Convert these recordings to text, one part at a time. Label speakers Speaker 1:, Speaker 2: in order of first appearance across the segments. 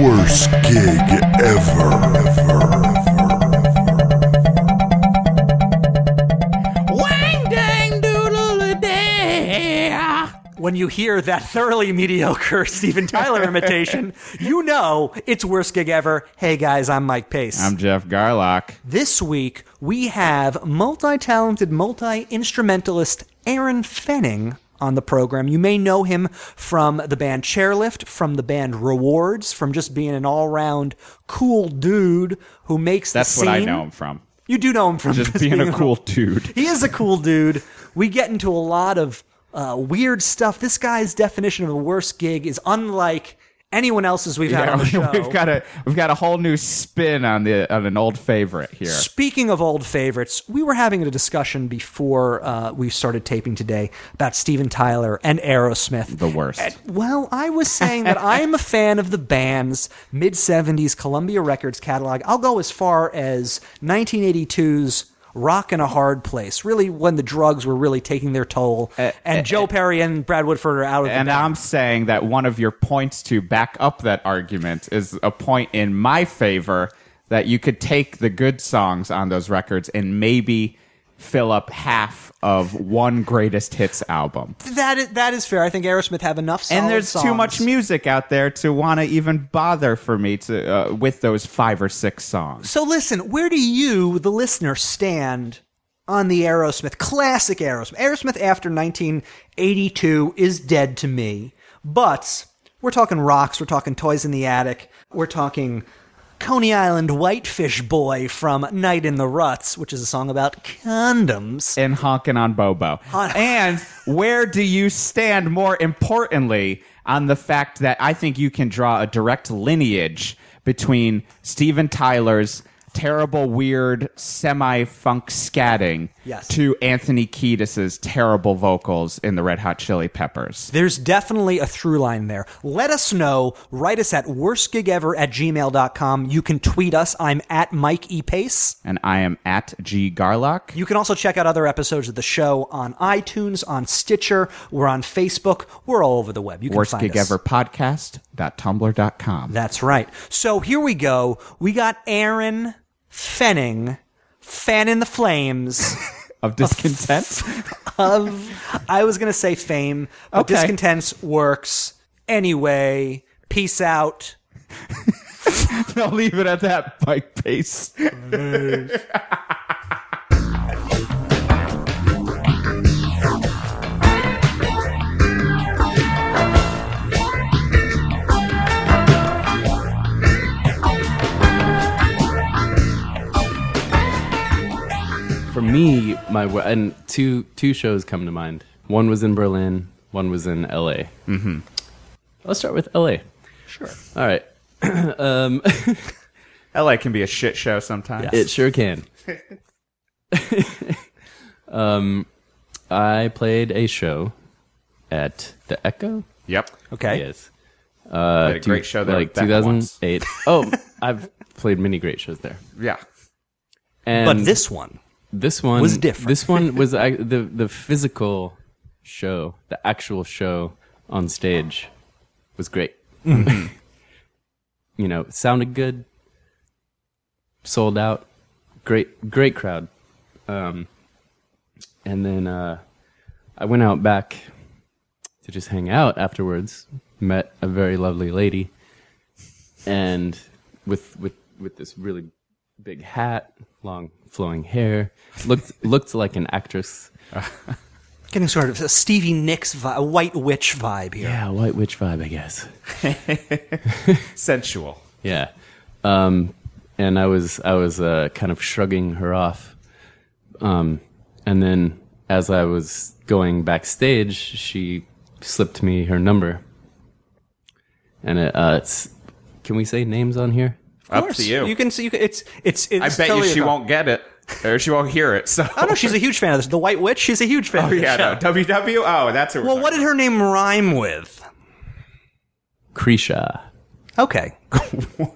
Speaker 1: Worst gig ever.
Speaker 2: Wang dang doodle day. When you hear that thoroughly mediocre Steven Tyler imitation, you know it's worst gig ever. Hey guys, I'm Mike Pace.
Speaker 3: I'm Jeff Garlock.
Speaker 2: this week we have multi-talented, multi-instrumentalist Aaron Fenning on the program. You may know him from the band Chairlift, from the band Rewards, from just being an all-round cool dude who makes
Speaker 3: That's
Speaker 2: the scene.
Speaker 3: what I know him from.
Speaker 2: You do know him from
Speaker 3: Just being a
Speaker 2: all-
Speaker 3: cool dude.
Speaker 2: he is a cool dude. We get into a lot of uh, weird stuff. This guy's definition of a worst gig is unlike anyone else's we've had on the show.
Speaker 3: we've got a we've got a whole new spin on the on an old favorite here.
Speaker 2: Speaking of old favorites, we were having a discussion before uh, we started taping today about Steven Tyler and Aerosmith.
Speaker 3: The worst.
Speaker 2: Well, I was saying that I'm a fan of the band's mid 70s Columbia Records catalog. I'll go as far as 1982's Rock in a Hard Place, really when the drugs were really taking their toll. and Joe Perry and Brad Woodford are out of
Speaker 3: Eh, And
Speaker 2: the band.
Speaker 3: I'm saying that one of your points to back up that argument is a point in my favor that you could take the good songs on those records and maybe fill up half of one greatest hits album.
Speaker 2: That is, that is fair. I think Aerosmith have enough songs.
Speaker 3: and there's too much music out there to want to even bother for me to uh, with those five or six songs.
Speaker 2: So listen, where do you, the listener, stand on the Aerosmith classic Aerosmith? Aerosmith after 1982 is dead to me, but we're talking rocks, we're talking toys in the attic, we're talking Coney Island Whitefish Boy from Night in the Ruts, which is a song about condoms.
Speaker 3: And honking on Bobo.
Speaker 2: On-
Speaker 3: and where do you stand more importantly on the fact that I think you can draw a direct lineage between Steven Tyler's terrible, weird, semi funk scatting
Speaker 2: Yes.
Speaker 3: to Anthony Kiedis's terrible vocals in the Red Hot Chili Peppers?
Speaker 2: There's definitely a through line there. Let us know. Write us at worstgigever at gmail.com. You can tweet us. I'm at Mike E. Pace.
Speaker 3: And I am at G Garlock.
Speaker 2: You can also check out other episodes of the show on iTunes, on Stitcher, we're on Facebook, we're all over the web. You can
Speaker 3: worst
Speaker 2: find
Speaker 3: gig
Speaker 2: us.
Speaker 3: ever podcast.tumblr.com.
Speaker 2: That's right. So here we go. We got Aaron Fenning, fanning the flames
Speaker 3: Of discontent?
Speaker 2: of, I was going to say fame, but
Speaker 3: Okay.
Speaker 2: discontents works anyway. Peace out.
Speaker 3: I'll leave it at that, Mike Pace.
Speaker 4: For me, my wo- and two two shows come to mind. One was in Berlin. One was in L.A. Mm-hmm. Let's start with L.A.
Speaker 2: Sure.
Speaker 4: All right,
Speaker 3: LA can be a shit show sometimes.
Speaker 4: it sure can. um, I played a show at the Echo.
Speaker 3: Yep.
Speaker 2: Okay.
Speaker 4: Yes, uh,
Speaker 3: Played a great show there
Speaker 4: Like
Speaker 3: back once.
Speaker 4: 2008. oh, I've played many great shows there.
Speaker 3: Yeah.
Speaker 4: And
Speaker 2: But this one.
Speaker 4: This one
Speaker 2: was different.
Speaker 4: This one was ac- the the physical show, the actual show on stage, was great.
Speaker 2: Mm-hmm.
Speaker 4: you know, sounded good, sold out, great great crowd. Um, and then uh, I went out back to just hang out afterwards. Met a very lovely lady, and with with with this really big hat, long flowing hair, looked looked like an actress.
Speaker 2: Getting sort of a Stevie Nicks vibe, a white witch vibe here.
Speaker 4: Yeah, white witch vibe, I guess.
Speaker 3: Sensual.
Speaker 4: Yeah, um, and I was I was uh, kind of shrugging her off, um, and then as I was going backstage, she slipped me her number, and it, uh, it's can we say names on here?
Speaker 2: Of
Speaker 3: Up
Speaker 2: course.
Speaker 3: to you.
Speaker 2: You can see. You can, it's it's. it's
Speaker 3: I bet
Speaker 2: totally
Speaker 3: you she
Speaker 2: about-
Speaker 3: won't get it or she won't hear it. So
Speaker 2: Oh no, she's a huge fan of this. The White Witch. She's a huge fan.
Speaker 3: oh
Speaker 2: of this
Speaker 3: yeah, no.
Speaker 2: show.
Speaker 3: WW. Oh, that's who we're
Speaker 2: Well, what
Speaker 3: talking
Speaker 2: did her name rhyme with?
Speaker 4: Krisha.
Speaker 2: Okay.
Speaker 3: about.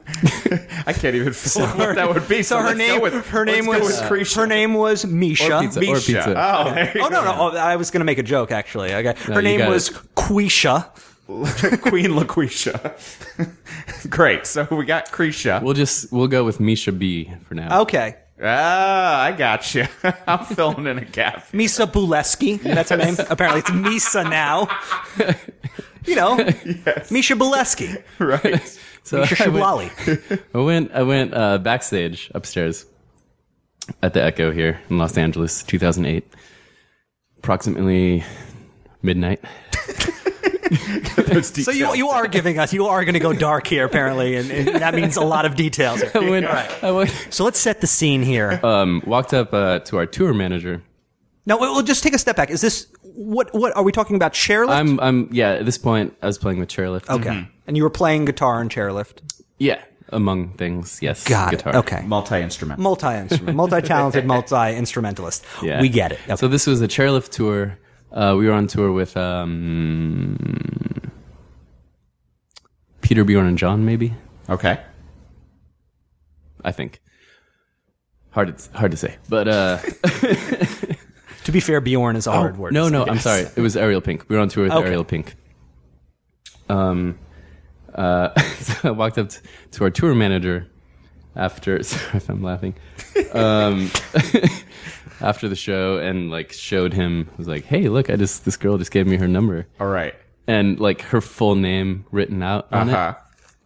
Speaker 3: I can't even feel what that would be.
Speaker 2: So her
Speaker 3: let's go
Speaker 2: name.
Speaker 3: with-
Speaker 2: her
Speaker 3: let's
Speaker 2: name
Speaker 3: go
Speaker 2: was. uh,
Speaker 3: with Creature.
Speaker 2: her name was Misha.
Speaker 4: pizza. Or
Speaker 3: Misha.
Speaker 4: pizza.
Speaker 3: Oh, there you
Speaker 2: Oh no,
Speaker 3: go.
Speaker 2: no! Oh, I was going to make a joke actually. Okay. Her
Speaker 4: you
Speaker 2: name
Speaker 4: got
Speaker 2: was
Speaker 4: it.
Speaker 2: Quisha.
Speaker 3: Queen Laquisha. Great. So we got Cretia.
Speaker 4: We'll just we'll go with Misha B for now.
Speaker 2: Okay.
Speaker 3: Ah, I got you. I'm filling in a gap.
Speaker 2: Misa Buleski. That's her name. Apparently, it's Misa now. you know, Misha Buleski.
Speaker 3: Right.
Speaker 4: so
Speaker 2: Misha
Speaker 4: I went,
Speaker 2: Shiblali.
Speaker 4: I went I went uh, backstage upstairs at the Echo here in Los Angeles, 2008, approximately midnight.
Speaker 3: Those
Speaker 2: So you
Speaker 3: details.
Speaker 2: you are giving us you are going to go dark here apparently, and, and that means a lot of details. here.
Speaker 4: I went, I went,
Speaker 2: So let's set the scene here.
Speaker 4: um, walked up uh, to our tour manager.
Speaker 2: now we'll we'll just take a step back. Is this what what are we talking about? Chairlift.
Speaker 4: I'm I'm yeah. At this point, I was playing with chairlift.
Speaker 2: okay.
Speaker 3: Mm-hmm.
Speaker 2: And you were playing guitar and chairlift.
Speaker 4: Yeah, among things. Yes.
Speaker 2: Got
Speaker 4: guitar.
Speaker 2: it. Okay.
Speaker 5: Multi instrument.
Speaker 2: Multi instrument, multi talented, multi instrumentalist.
Speaker 4: Yeah.
Speaker 2: We get it. Okay.
Speaker 4: So this was a chairlift tour. Uh, we were on tour with um, Peter Bjorn and John, maybe
Speaker 5: Okay.
Speaker 4: I think. Hard to, hard to say, but uh,
Speaker 2: to be fair, Bjorn
Speaker 3: Oh,
Speaker 2: is a hard word.
Speaker 4: no,
Speaker 2: to
Speaker 4: no,
Speaker 2: say.
Speaker 4: I'm sorry. It was Ariel Pink. We were on tour with
Speaker 2: Okay.
Speaker 4: Ariel Pink. Um, uh, so I walked up t- to our tour manager after. Sorry if I'm laughing. Um, after the show, and like showed him. I was like, "Hey, look! I just this girl just gave me her number."
Speaker 3: All right.
Speaker 4: and like her full name written out on
Speaker 3: Uh-huh.
Speaker 4: it.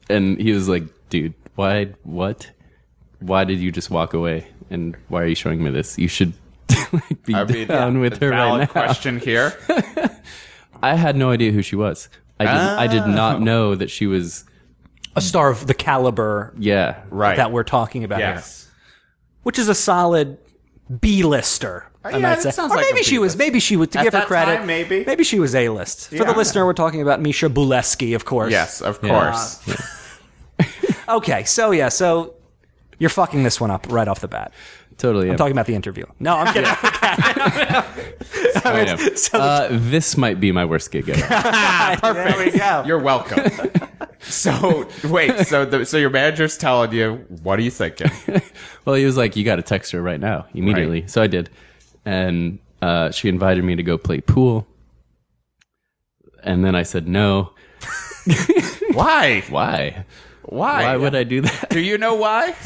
Speaker 4: And he was like, "Dude, why? What? Why did you just walk away? And why are you showing me this? You should like, be
Speaker 3: I mean,
Speaker 4: down with her
Speaker 3: valid
Speaker 4: right now."
Speaker 3: question here.
Speaker 4: I had no idea who she was. I did, I did
Speaker 3: Oh.
Speaker 4: not know that she was.
Speaker 2: A star of the caliber
Speaker 4: Yeah,
Speaker 3: Right.
Speaker 2: that we're talking about here,
Speaker 3: yes.
Speaker 2: which is a solid B-lister. I
Speaker 3: yeah,
Speaker 2: might
Speaker 3: that
Speaker 2: say.
Speaker 3: sounds
Speaker 2: or
Speaker 3: like a
Speaker 2: maybe she was.
Speaker 3: B-list.
Speaker 2: Maybe she was. To
Speaker 3: At
Speaker 2: give her
Speaker 3: that
Speaker 2: credit,
Speaker 3: time, maybe.
Speaker 2: maybe she was A-list. For the
Speaker 3: Yeah.
Speaker 2: listener, we're talking about Misha Buleski, of course.
Speaker 3: Yes, of
Speaker 4: Yeah.
Speaker 3: course.
Speaker 2: Okay. So yeah. So you're fucking this one up right off the bat.
Speaker 4: totally. am.
Speaker 2: Talking about the interview. No, I'm kidding.
Speaker 4: I am. uh, this might be my worst gig ever.
Speaker 2: Perfect. There we go.
Speaker 3: You're welcome. so wait, so the, so your manager's telling you what are you thinking?
Speaker 4: well, he was like, "You got to text her right now, immediately." So I did, and uh, she invited me to go play pool. And then I said no.
Speaker 3: Why?
Speaker 4: Why?
Speaker 3: Why?
Speaker 4: Why would I do that?
Speaker 3: Do you know why?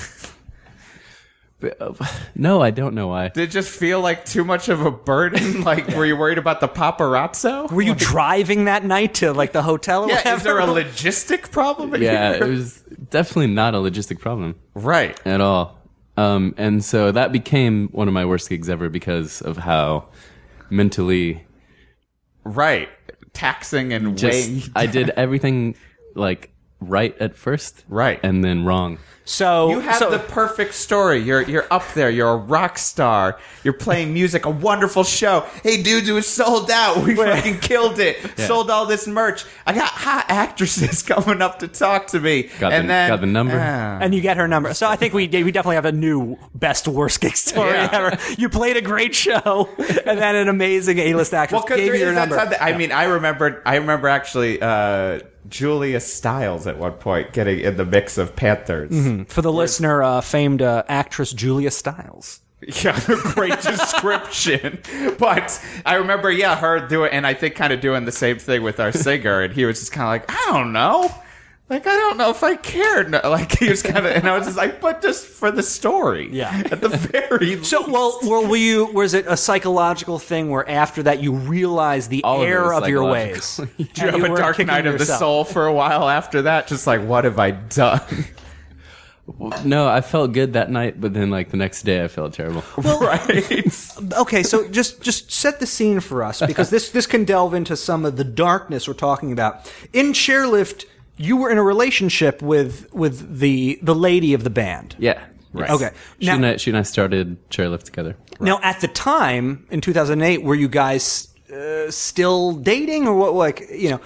Speaker 4: No, I don't know why.
Speaker 3: Did it just feel like too much of a burden? Like, were you worried about the paparazzo?
Speaker 2: Were you driving that night to like the hotel? Or
Speaker 3: Yeah,
Speaker 2: whatever?
Speaker 3: is there a logistic problem? in
Speaker 4: Yeah,
Speaker 3: here?
Speaker 4: it was definitely not a logistic problem
Speaker 3: right.
Speaker 4: at all. Um, and so that became one of my worst gigs ever because of how mentally
Speaker 3: Right. Taxing and weighing.
Speaker 4: just I did everything like right at first,
Speaker 3: Right.
Speaker 4: and then wrong.
Speaker 2: So
Speaker 4: Oh,
Speaker 3: You have
Speaker 2: so,
Speaker 3: the perfect story. You're you're up there. You're a rock star. You're playing music. A wonderful show. Hey, dudes, it was sold out. We fucking killed it. Sold all this merch. I got hot actresses coming up to talk to me.
Speaker 4: Got
Speaker 3: and
Speaker 4: the-
Speaker 3: then
Speaker 4: got the number.
Speaker 3: Ah.
Speaker 2: and you get her number. So I think we we definitely have a new best worst gig story
Speaker 3: Yeah.
Speaker 2: ever. You played a great show, and then an amazing A list actress
Speaker 3: Well, 'cause
Speaker 2: gave
Speaker 3: there
Speaker 2: you your
Speaker 3: is that
Speaker 2: number.
Speaker 3: time that- I mean, I remembered. I remember actually uh, Julia Stiles at one point getting in the mix of Panthers.
Speaker 4: Mm-hmm.
Speaker 2: For the listener, uh, famed uh, actress Julia Stiles.
Speaker 3: Yeah, great description. but I remember, yeah, her doing, and I think kind of doing the same thing with our singer, and he was just kind of like, I don't know. Like I don't know if I cared. No, like he was kind of, and I was just like, but just for the story,
Speaker 2: Yeah.
Speaker 3: At the very
Speaker 2: So, well, well, were you? Was it a psychological thing where after that you realize the
Speaker 4: All of it
Speaker 2: error
Speaker 4: was
Speaker 2: of, your ways?
Speaker 4: psychological.
Speaker 2: And
Speaker 3: you have a
Speaker 2: were
Speaker 3: dark
Speaker 2: kicking
Speaker 3: night of the
Speaker 2: yourself.
Speaker 3: soul for a while after that. Just like, what have I done? Ah.
Speaker 4: No, I felt good that night, but then like the next day, I felt terrible.
Speaker 3: right?
Speaker 2: Okay, so just just set the scene for us because this this can delve into some of the darkness we're talking about. In Chairlift, you were in a relationship with with the the lady of the band.
Speaker 4: Yeah, right.
Speaker 2: Okay.
Speaker 4: She,
Speaker 2: Now-
Speaker 4: and I, she and I started chairlift together.
Speaker 2: Now, at the time in 2008, were you guys uh, still dating or what? Like, you know,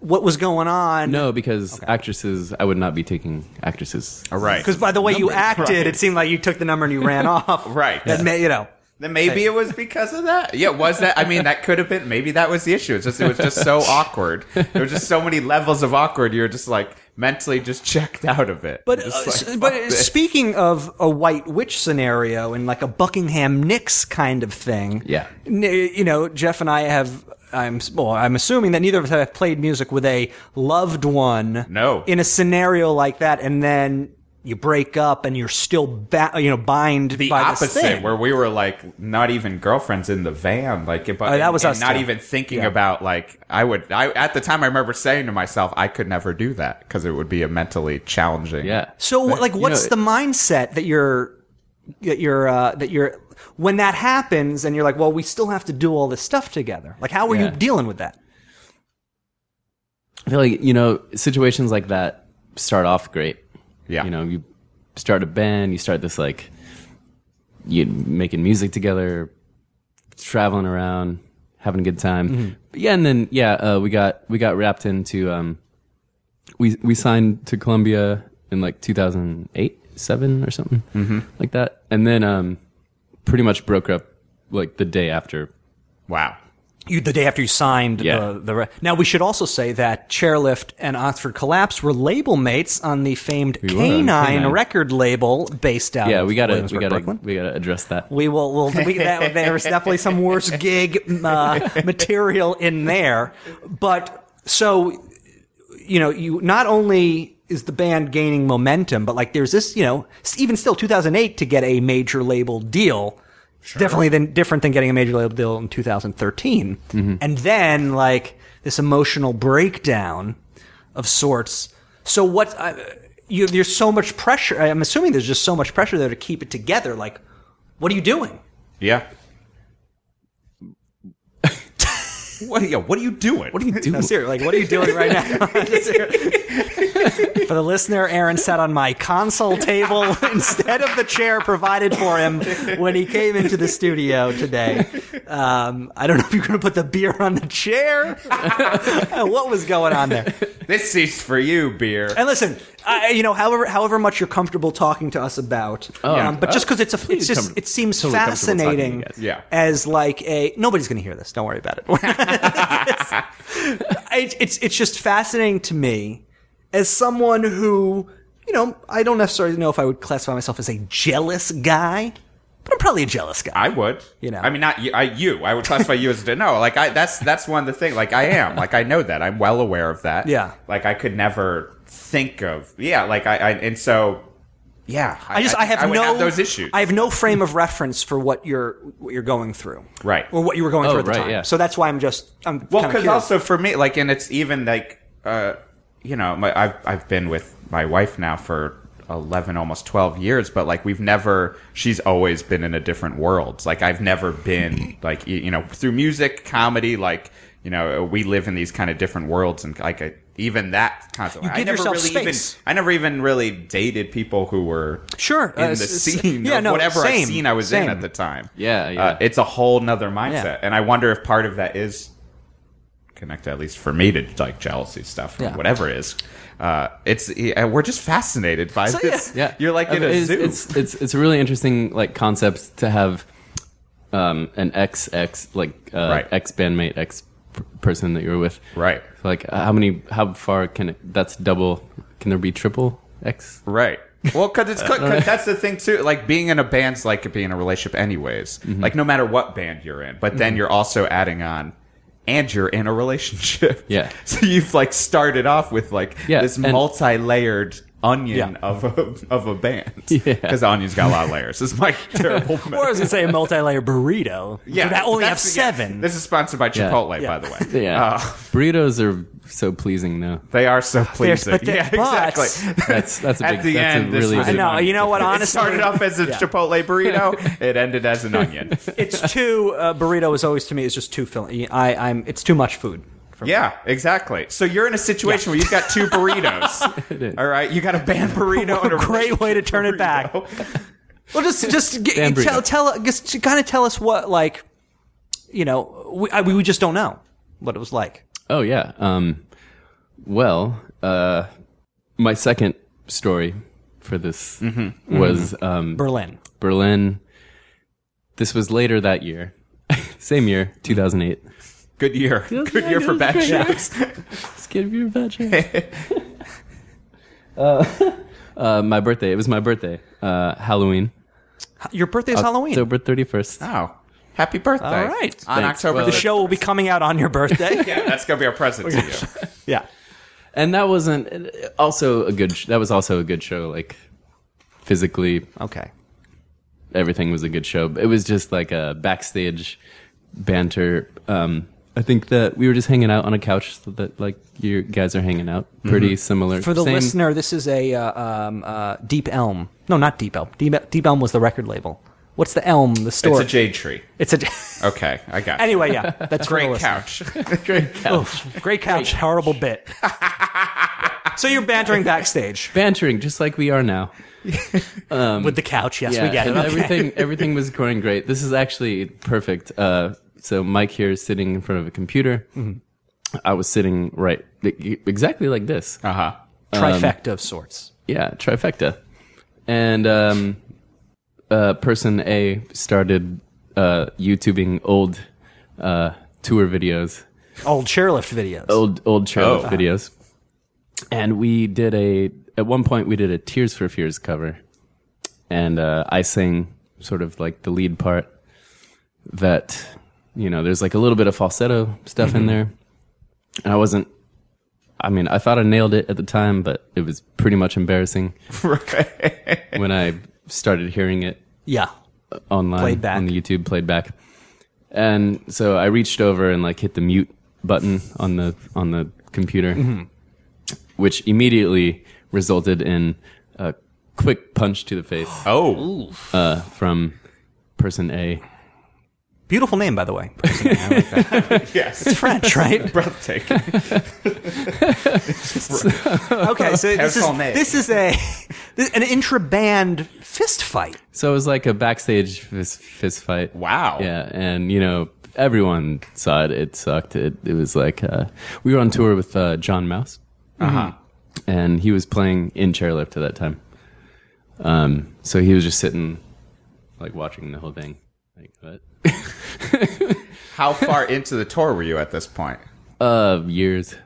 Speaker 2: what was going on.
Speaker 4: No, because actresses, I would not be taking actresses.
Speaker 3: All right.
Speaker 2: Because by the way you acted,
Speaker 3: right.
Speaker 2: it seemed like you took the number and you ran off.
Speaker 3: Right.
Speaker 2: That may, you know.
Speaker 3: Then maybe it was because of that. Yeah, was that? I mean, that could have been. Maybe that was the issue. It's just it was just so awkward. There was just so many levels of awkward. You're just like mentally just checked out of it.
Speaker 2: But
Speaker 3: You're
Speaker 2: uh,
Speaker 3: just like,
Speaker 2: s- but
Speaker 3: fuck this.
Speaker 2: speaking of a white witch scenario and like a Buckingham Nicks kind of thing,
Speaker 4: Yeah.
Speaker 2: n- you know, Jeff and I have. I'm s- well. I'm assuming that neither of us have played music with a loved one.
Speaker 3: No.
Speaker 2: in a scenario like that, and then you break up, and you're still ba- you know bind
Speaker 3: the
Speaker 2: by this
Speaker 3: opposite,
Speaker 2: thing.
Speaker 3: where we were like not even girlfriends in the van, like but
Speaker 2: Oh, that was
Speaker 3: and
Speaker 2: us
Speaker 3: not
Speaker 2: too.
Speaker 3: even thinking
Speaker 2: Yeah.
Speaker 3: about like I would. I at the time I remember saying to myself, I could never do that because it would be a mentally challenging.
Speaker 4: Yeah.
Speaker 2: So, what like, what's
Speaker 4: know,
Speaker 2: the mindset that you're that you're uh, that you're when that happens, and you're like, well, we still have to do all this stuff together. Like, how are
Speaker 4: Yeah.
Speaker 2: you dealing with that?
Speaker 4: I feel like, you know, situations like that start off great.
Speaker 3: yeah.
Speaker 4: You know, you start a band, you start this like, you making music together, traveling around, having a good time. But yeah, and then yeah, uh, we got we got wrapped into um, we we signed to Columbia in like 2008, seven or something like that, and then um, pretty much broke up like the day after.
Speaker 3: Wow.
Speaker 2: You, the day after you signed
Speaker 4: Yeah.
Speaker 2: the, the re- now we should also say that chairlift and oxford collapse were label mates on the famed
Speaker 4: were on
Speaker 2: canine,
Speaker 4: Canine.
Speaker 2: record label based out
Speaker 4: Yeah,
Speaker 2: of
Speaker 4: we gotta we
Speaker 2: Williamsburg,
Speaker 4: gotta
Speaker 2: Brooklyn.
Speaker 4: we gotta address that.
Speaker 2: we will we'll, we, that, there was definitely some worse gig uh, material in there but so you know you not only is the band gaining momentum but like there's this you know s- even still 2008 to get a major label deal definitely than, different than getting a major label deal in 2013 and then like this emotional breakdown of sorts so what uh, you, there's so much pressure i'm assuming there's just so much pressure there to keep it together like what are you doing?
Speaker 3: Yeah. what? Yeah. What are you doing?
Speaker 4: What do you do?
Speaker 2: No, seriously, like, what are you doing right now? Just here. for the listener, Aaron sat on my console table instead of the chair provided for him when he came into the studio today. Um, I don't know if you're going to put the beer on the chair. what was going on there?
Speaker 3: This is for you, beer.
Speaker 2: And listen, I, you know, however however much you're comfortable talking to us about, um, but just because it's a, it's just
Speaker 4: comfortable.
Speaker 2: it seems
Speaker 4: Totally comfortable talking to you
Speaker 2: fascinating,
Speaker 4: guys.
Speaker 3: Yeah.
Speaker 2: as like a nobody's going to hear this. Don't worry about it. it. It's it's just fascinating to me as someone who you know I don't necessarily know if I would classify myself as a jealous guy, but I'm probably a jealous guy.
Speaker 3: I would.
Speaker 2: You know.
Speaker 3: I mean, not you. I, you. I would classify you as no. Like I, that's that's one of the thing. Like I am. Like I know that. I'm well aware of that.
Speaker 2: Yeah.
Speaker 3: Like I could never think of. Yeah. Like I. I and so. Yeah.
Speaker 2: I just I, have
Speaker 3: would
Speaker 2: no
Speaker 3: those issues.
Speaker 2: I have no frame of reference for what you're what you're going through,
Speaker 3: Right.
Speaker 2: Or what you were going
Speaker 4: Oh,
Speaker 2: through at the
Speaker 4: right,
Speaker 2: time.
Speaker 4: yeah.
Speaker 2: So that's why I'm just I'm
Speaker 3: well,
Speaker 2: kinda
Speaker 3: because
Speaker 2: curious.
Speaker 3: also for me, like, and it's even like, uh, you know, my, I've I've been with my wife now for eleven, almost twelve years, but like we've never. She's always been in a different world. Like I've never been like y- you know through music, comedy, like you know we live in these kind of different worlds, and like I, even that concept.
Speaker 2: You
Speaker 3: I
Speaker 2: give
Speaker 3: never
Speaker 2: yourself
Speaker 3: really
Speaker 2: space.
Speaker 3: even. I never even really dated people who were
Speaker 2: Sure,
Speaker 3: in
Speaker 2: uh,
Speaker 3: the
Speaker 2: s- s-
Speaker 3: scene.
Speaker 2: yeah,
Speaker 3: of
Speaker 2: no,
Speaker 3: whatever
Speaker 2: same,
Speaker 3: scene I was
Speaker 2: same.
Speaker 3: in at the time.
Speaker 4: Yeah, yeah.
Speaker 3: Uh, it's a whole nother mindset,
Speaker 2: Yeah.
Speaker 3: and I wonder if part of that is connected at least for me to like jealousy stuff or
Speaker 2: Yeah.
Speaker 3: whatever it is. Uh, it's yeah, we're just fascinated by
Speaker 2: So, Uh,
Speaker 3: this.
Speaker 4: Yeah,
Speaker 3: you're like
Speaker 4: I
Speaker 3: in
Speaker 4: mean,
Speaker 3: a
Speaker 4: it's,
Speaker 3: zoo.
Speaker 4: It's it's it's a really interesting like concept to have um, an ex ex like uh,
Speaker 3: Right.
Speaker 4: ex bandmate ex p- person that you were with.
Speaker 3: Right.
Speaker 4: So, like uh, how many how far can it, that's double? Can there be triple ex?
Speaker 3: Right. Well, because it's cause that's the thing too. Like being in a band's like being in a relationship, anyways.
Speaker 2: Mm-hmm.
Speaker 3: Like no matter what band you're in, but then you're also adding on, and you're in a relationship.
Speaker 4: Yeah.
Speaker 3: So you've like started off with like
Speaker 4: Yeah,
Speaker 3: this
Speaker 4: and-
Speaker 3: multi-layered onion
Speaker 2: Yeah.
Speaker 3: of a, of a band.
Speaker 4: Yeah.
Speaker 3: Because onion's got a lot of layers. It's my terrible.
Speaker 2: Or I was gonna say a multi-layer burrito. Yeah, that only have
Speaker 3: that's- yeah.
Speaker 2: seven.
Speaker 3: This is sponsored by Chipotle,
Speaker 2: Yeah.
Speaker 3: by the way.
Speaker 4: Yeah,
Speaker 3: Uh,
Speaker 4: burritos are so pleasing though.
Speaker 3: they are so pleasing.
Speaker 2: but they-
Speaker 3: yeah,
Speaker 2: but-
Speaker 3: exactly.
Speaker 4: That's that's a
Speaker 3: At
Speaker 4: big,
Speaker 3: the
Speaker 4: that's
Speaker 3: end,
Speaker 4: a
Speaker 3: this
Speaker 4: really
Speaker 3: was-
Speaker 4: good
Speaker 3: I
Speaker 2: no,
Speaker 4: one.
Speaker 2: you know what?
Speaker 3: It
Speaker 2: Honestly,
Speaker 3: started off as a Chipotle burrito. It ended as an onion.
Speaker 2: it's too uh, burrito is always to me is just too filling. I, I'm it's too much food. For me.
Speaker 3: Yeah, exactly. So you're in a situation where you've got two burritos. all right, you got a band burrito and a
Speaker 2: Great way to turn it back.
Speaker 3: burrito.
Speaker 2: Well, just just g-
Speaker 4: Damn burrito.
Speaker 2: tell tell just kind of tell us what like, you know, we I, we just don't know what it was like.
Speaker 4: Oh yeah. Um, Well, uh, my second story for this
Speaker 3: Mm-hmm.
Speaker 4: was um,
Speaker 2: Berlin.
Speaker 4: Berlin. This was later that year, same year, 2008.
Speaker 3: Good year. Good year for back shots.
Speaker 4: Let's give you a bad chance. uh, uh, my birthday. It was my birthday. Uh, Halloween.
Speaker 2: Your birthday is Halloween.
Speaker 4: October 31st.
Speaker 3: Oh, happy birthday.
Speaker 2: All right.
Speaker 3: On
Speaker 4: Thanks.
Speaker 3: October
Speaker 4: Well,
Speaker 2: the
Speaker 3: the
Speaker 2: show will be coming out on your birthday.
Speaker 3: Yeah, that's going to be our present to you.
Speaker 2: yeah.
Speaker 4: and that wasn't also a good sh- that was also a good show like physically
Speaker 2: Okay.
Speaker 4: everything was a good show but it was just like a backstage banter um i think that we were just hanging out on a couch so that like you guys are hanging out pretty similar
Speaker 2: Mm-hmm. For the
Speaker 4: Same-
Speaker 2: listener, this is a uh, um, uh, Deep Elm. No, not Deep Elm. Deep, Deep Elm was the record label. What's the Elm? The
Speaker 3: It's
Speaker 2: store.
Speaker 3: a jade tree.
Speaker 2: It's a.
Speaker 3: Okay, I got it.
Speaker 2: anyway, yeah, that's for the
Speaker 3: Great
Speaker 2: listener.
Speaker 3: couch. Great couch.
Speaker 2: Oof, great couch. Horrible bit. so you're bantering backstage
Speaker 4: bantering just like we are now
Speaker 2: with the couch. Yes, we get it.
Speaker 4: and
Speaker 2: Okay.
Speaker 4: everything everything was going great. This is actually perfect. Uh, so Mike here is sitting in front of a computer.
Speaker 2: Mm-hmm.
Speaker 4: I was sitting right exactly like this.
Speaker 2: Ah.
Speaker 3: Uh huh.
Speaker 2: Trifecta of sorts.
Speaker 4: Yeah, trifecta. And um, uh, person A started uh, YouTubing old uh, tour videos,
Speaker 2: Old chairlift videos.
Speaker 4: old old Charlotte
Speaker 3: Oh.
Speaker 4: videos. And we did a at one point we did a Tears for Fears cover, and uh, I sang sort of like the lead part. That you know, there's like a little bit of falsetto stuff in there, and I wasn't. I mean, I thought I nailed it at the time, but it was pretty much embarrassing when I started hearing it
Speaker 2: Yeah.
Speaker 4: online
Speaker 2: Played back.
Speaker 4: on the YouTube played back. And so I reached over and like hit the mute button on the on the computer, which immediately resulted in a quick punch to the face
Speaker 3: Oh,
Speaker 4: uh, from person A.
Speaker 2: Beautiful name, by the way.
Speaker 3: yes.
Speaker 2: French, right?
Speaker 3: Breathtaking.
Speaker 2: Okay, so this is
Speaker 3: Personnel.
Speaker 2: this is a this, an intra-band fist fight.
Speaker 4: So it was like a backstage fist, fist fight.
Speaker 3: Wow.
Speaker 4: Yeah, and you know everyone saw it. It sucked. It it was like uh, we were on tour with uh, John Mouse, Uh-huh. and he was playing in chairlift at that time. Um, so he was just sitting, like watching the whole thing. Like what?
Speaker 3: How far into the tour were you at this point?
Speaker 4: Uh, years.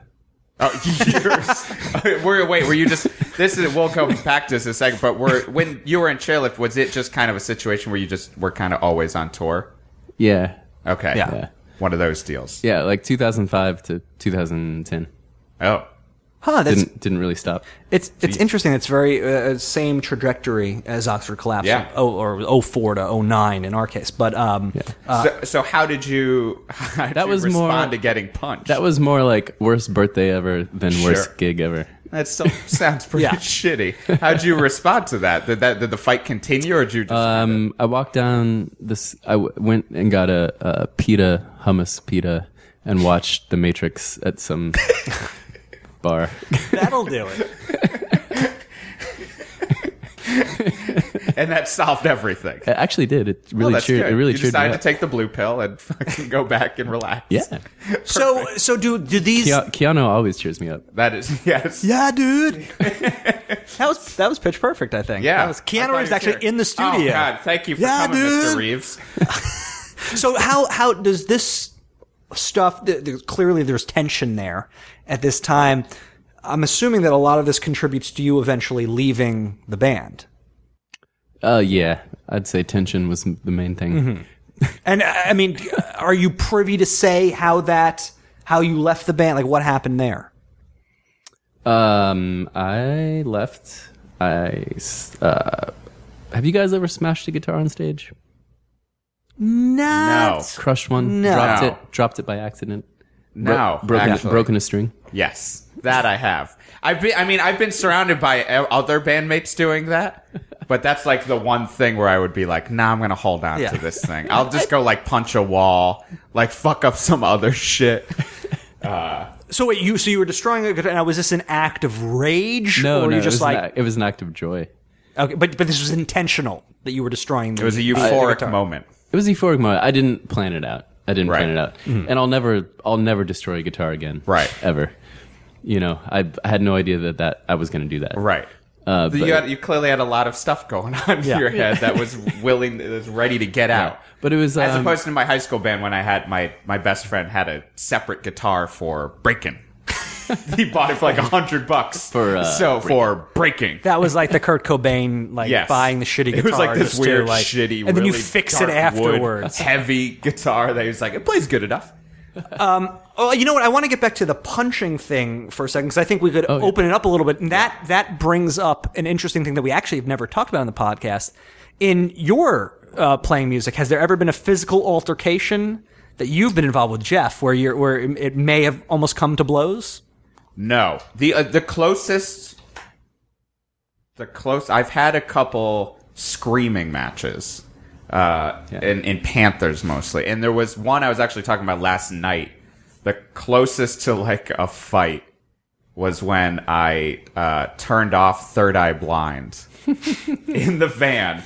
Speaker 3: Oh, years. were, wait, were you just? This is. We'll go back to this in a second. But were when you were in chairlift, was it just kind of a situation where you just were kind of always on tour?
Speaker 4: Yeah,
Speaker 3: Okay.
Speaker 2: Yeah.
Speaker 4: yeah,
Speaker 3: One of those deals.
Speaker 4: yeah. Like 2005 to 2010.
Speaker 3: Oh.
Speaker 2: Huh? That's
Speaker 4: Didn't didn't really stop.
Speaker 2: it's it's interesting. It's very uh, same trajectory as Oxford Collapse.
Speaker 3: Yeah.
Speaker 2: Oh, or 04 to 09 in our case, but um, uh,
Speaker 3: so, so how did you? How did
Speaker 4: That
Speaker 3: you
Speaker 4: was more-
Speaker 3: respond to getting punched.
Speaker 4: That was more like worst birthday ever than
Speaker 3: Sure.
Speaker 4: worst gig ever.
Speaker 3: That still sounds pretty
Speaker 2: Yeah.
Speaker 3: shitty. How'd you respond to that? Did that did the fight continue, or did you just?
Speaker 4: Um, I walked down this. I w- went and got a, a pita hummus pita and watched The Matrix at some bar.
Speaker 2: that'll do it.
Speaker 3: and that solved everything. Oh,
Speaker 4: It actually did. It really
Speaker 3: that's
Speaker 4: cheered.
Speaker 3: good.
Speaker 4: It really
Speaker 3: you
Speaker 4: cheered me
Speaker 3: decided
Speaker 4: up.
Speaker 3: to take the blue pill and fucking go back and relax.
Speaker 4: yeah,
Speaker 2: So so do do these?
Speaker 4: Kea- Keanu always cheers me up.
Speaker 3: that is yes.
Speaker 2: Yeah, dude. that was that was pitch perfect. I think.
Speaker 3: Yeah.
Speaker 2: That was
Speaker 3: I
Speaker 2: Keanu
Speaker 3: thought
Speaker 2: Reeves
Speaker 3: he was
Speaker 2: actually
Speaker 3: here.
Speaker 2: in the studio.
Speaker 3: Oh God, thank you for
Speaker 2: Yeah,
Speaker 3: coming,
Speaker 2: dude.
Speaker 3: Mr. Reeves.
Speaker 2: So how how does this stuff? th th- clearly, there's tension there at this time. I'm assuming that a lot of this contributes to you eventually leaving the band.
Speaker 4: Uh, yeah, I'd say tension was m- the main thing.
Speaker 2: And uh, I I mean, are you privy to say how that how you left the band? Like what happened there?
Speaker 3: Mm-hmm.
Speaker 4: Um, I left. I s- uh, have you guys ever smashed a guitar on stage?
Speaker 3: No,
Speaker 4: Crushed one?
Speaker 2: No.
Speaker 4: Dropped it? Dropped it by accident? Bro-
Speaker 3: no,
Speaker 4: broken,
Speaker 3: actually.
Speaker 4: broken a string.
Speaker 3: Yes, that I have. I've been. I mean, I've been surrounded by o- other bandmates doing that, but that's like the one thing where I would be like, "Nah, I'm gonna hold on
Speaker 2: Yeah.
Speaker 3: to this thing. I'll just go like punch a wall, like fuck up some other shit."
Speaker 2: So wait, you so you were destroying a guitar. Now was this an act of rage?
Speaker 4: No,
Speaker 2: or
Speaker 4: no,
Speaker 2: were you
Speaker 4: it,
Speaker 2: just
Speaker 4: was
Speaker 2: like
Speaker 4: an, act- it was an act of joy.
Speaker 2: okay, but but this was intentional that you were destroying. Uh, The,
Speaker 3: It was a
Speaker 2: the
Speaker 3: euphoric
Speaker 2: guitar.
Speaker 3: moment.
Speaker 4: It was euphoric moment. I didn't plan it out. I didn't
Speaker 3: Right. Mm-hmm.
Speaker 4: plan it out, and I'll never, I'll never destroy a guitar again.
Speaker 3: Right.
Speaker 4: Ever. you know, I, I had no idea that, that I was going to do that.
Speaker 3: Right.
Speaker 4: Uh,
Speaker 3: you,
Speaker 4: but-
Speaker 3: had, you clearly had a lot of stuff going on in your head that was willing, that was ready to get out.
Speaker 4: But it was,
Speaker 3: as
Speaker 4: um,
Speaker 3: opposed to my high school band when I had my my best friend had a separate guitar for breaking. he bought it for like a hundred bucks
Speaker 4: For, uh,
Speaker 3: so for breaking.
Speaker 2: That was like the Kurt Cobain, like
Speaker 3: Yes.
Speaker 2: buying the shitty guitar.
Speaker 3: It was like this
Speaker 2: just to,
Speaker 3: weird,
Speaker 2: like-
Speaker 3: shitty,
Speaker 2: and then you
Speaker 3: really
Speaker 2: fix it
Speaker 3: dark wood,
Speaker 2: afterwards.
Speaker 3: heavy guitar that he was like, it plays good enough.
Speaker 2: Oh, you know what? I want to get back to the punching thing for a second because I think we could
Speaker 4: Oh,
Speaker 2: open it up a little bit, and that that brings up an interesting thing that we actually have never talked about on the podcast. In your uh, playing music, has there ever been a physical altercation that you've been involved with, Jeff, where you're where it it may have almost come to blows?
Speaker 3: No, the uh, the closest, the close. I've had a couple screaming matches, uh, in in Panthers mostly, and there was one I was actually talking about last night. The closest to like a fight was when I uh, turned off Third Eye Blind in the van.